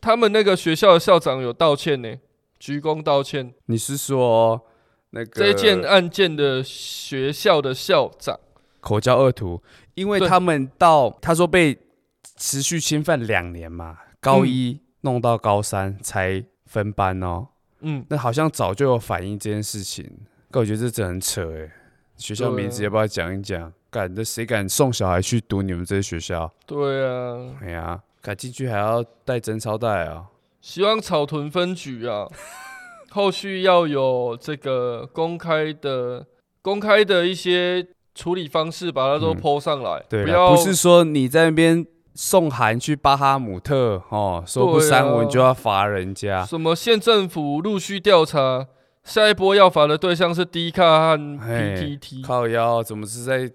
Speaker 2: 他们那个学校的校长有道歉呢，鞠躬道歉。
Speaker 1: 你是说那个
Speaker 2: 这一件呃案件的学校的校长，
Speaker 1: 口交恶徒？因为
Speaker 2: 对
Speaker 1: 他们到他说被持续侵犯两年嘛，高一弄到高三才分班哦，
Speaker 2: 嗯，
Speaker 1: 那好像早就有反映这件事情，但我觉得这真的很扯哎、学校
Speaker 2: 对啊
Speaker 1: 名字要不要讲一讲？敢这谁敢送小孩去读你们这些学校？
Speaker 2: 对啊，
Speaker 1: 哎呀，改进去还要带贞操带啊！
Speaker 2: 希望草屯分局
Speaker 1: (laughs)
Speaker 2: 啊，后续要有这个公开的、公开的一些处理方式，把它都
Speaker 1: 嗯
Speaker 2: 抛上来，
Speaker 1: 对
Speaker 2: 不
Speaker 1: 啦，
Speaker 2: 要
Speaker 1: 不是说你在那边送函去巴哈姆特哦，说不删
Speaker 2: 对啊
Speaker 1: 文就要罚人家。
Speaker 2: 什么县政府陆续调查，下一波要罚的对象是 D 卡和
Speaker 1: 嘿
Speaker 2: PTT。
Speaker 1: 哎靠腰，怎么是在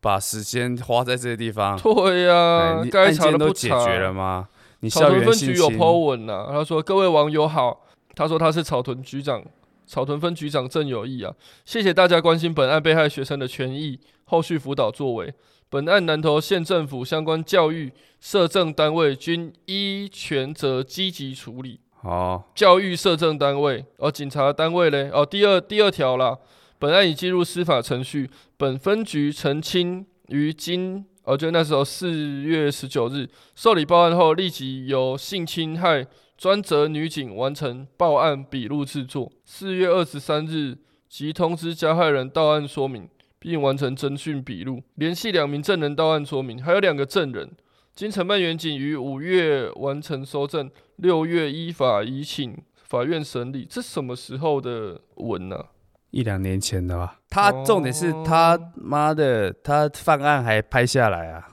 Speaker 1: 把时间花在这个地方？
Speaker 2: 对
Speaker 1: 哎
Speaker 2: 啊
Speaker 1: 你，
Speaker 2: 该
Speaker 1: 案
Speaker 2: 查
Speaker 1: 件
Speaker 2: 的
Speaker 1: 都
Speaker 2: 不
Speaker 1: 解
Speaker 2: 查。
Speaker 1: 决了吗？你
Speaker 2: 草
Speaker 1: 校
Speaker 2: 屯
Speaker 1: 园
Speaker 2: 分
Speaker 1: 性
Speaker 2: 局有
Speaker 1: 侵
Speaker 2: po 文呐、他说：“各位网友好。”他说他是草屯局长，草屯分局长郑有义啊，谢谢大家关心本案被害学生的权益，后续辅导作为。本案南投县政府相关教育社政单位均依权责积极处理。
Speaker 1: 哦，
Speaker 2: 教育社政单位，哦，警察单位嘞，哦，第二第二条啦，本案已进入司法程序，本分局澄清于今，哦，就那时候四月十九日受理报案后，立即由性侵害专责女警完成报案笔录制作，四月二十三日。即通知加害人到案说明，并完成侦讯笔录，联系两名证人到案说明，还有两个证人。经承办员警于五月完成收证，六月依法移请法院审理。这什么时候的文啊呢、
Speaker 1: 一两年前的吧。他
Speaker 2: 哦
Speaker 1: 重点是他妈的，他犯案还拍下来啊，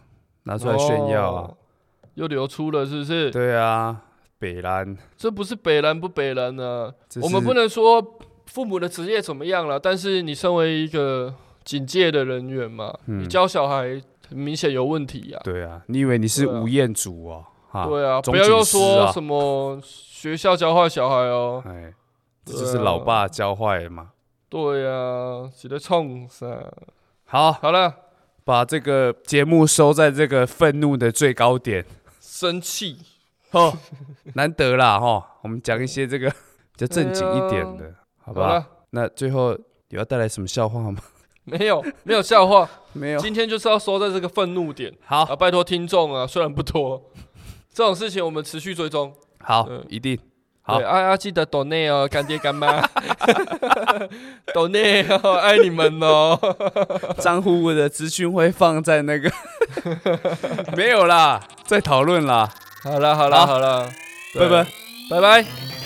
Speaker 1: 拿出来炫耀啊
Speaker 2: 哦。又流出了，是不是？
Speaker 1: 对啊，北兰，
Speaker 2: 这不是北蓝不北蓝呢、
Speaker 1: 这
Speaker 2: 我们
Speaker 1: 是
Speaker 2: 不能说父母的职业怎么样了，但是你身为一个警戒的人员嘛，
Speaker 1: 嗯
Speaker 2: 你教小孩很明显有问题呀、
Speaker 1: 对啊，你以为你是
Speaker 2: 对啊
Speaker 1: 吴彦祖哦？啊，
Speaker 2: 对啊，
Speaker 1: 总
Speaker 2: 不要
Speaker 1: 警
Speaker 2: 又
Speaker 1: 司
Speaker 2: 说
Speaker 1: 啊
Speaker 2: 什么学校教坏小孩哦。
Speaker 1: 哎，这
Speaker 2: 对
Speaker 1: 就是老
Speaker 2: 啊
Speaker 1: 爸教坏了嘛。
Speaker 2: 对啊，是在冲啥？
Speaker 1: 好，
Speaker 2: 好了，
Speaker 1: 把这个节目收在这个愤怒的最
Speaker 2: (laughs)
Speaker 1: 高点，
Speaker 2: 生气。
Speaker 1: 哦，难得啦哈。我们讲一些这个 (laughs) 比较正经一点的，好
Speaker 2: 啊好
Speaker 1: 吧？
Speaker 2: 了，
Speaker 1: 那最后有要带来什么笑话吗？
Speaker 2: 没有没有笑话，
Speaker 1: 没有。
Speaker 2: 今天就是要收在这个愤怒点
Speaker 1: (laughs) 好
Speaker 2: 啊！拜托听众啊，虽然不多， (laughs) 这种事情我们持续追踪。
Speaker 1: 好
Speaker 2: 嗯，
Speaker 1: 一定。好
Speaker 2: 对，啊啊，记得 donate 哦，干爹干妈 (laughs) donate 哦，爱你们哦。
Speaker 1: 账户的资讯会放在那个， (laughs) 没有啦，在讨论啦，
Speaker 2: 好了好了
Speaker 1: 好
Speaker 2: 好了，
Speaker 1: 拜
Speaker 2: 对
Speaker 1: 拜。
Speaker 2: 拜拜。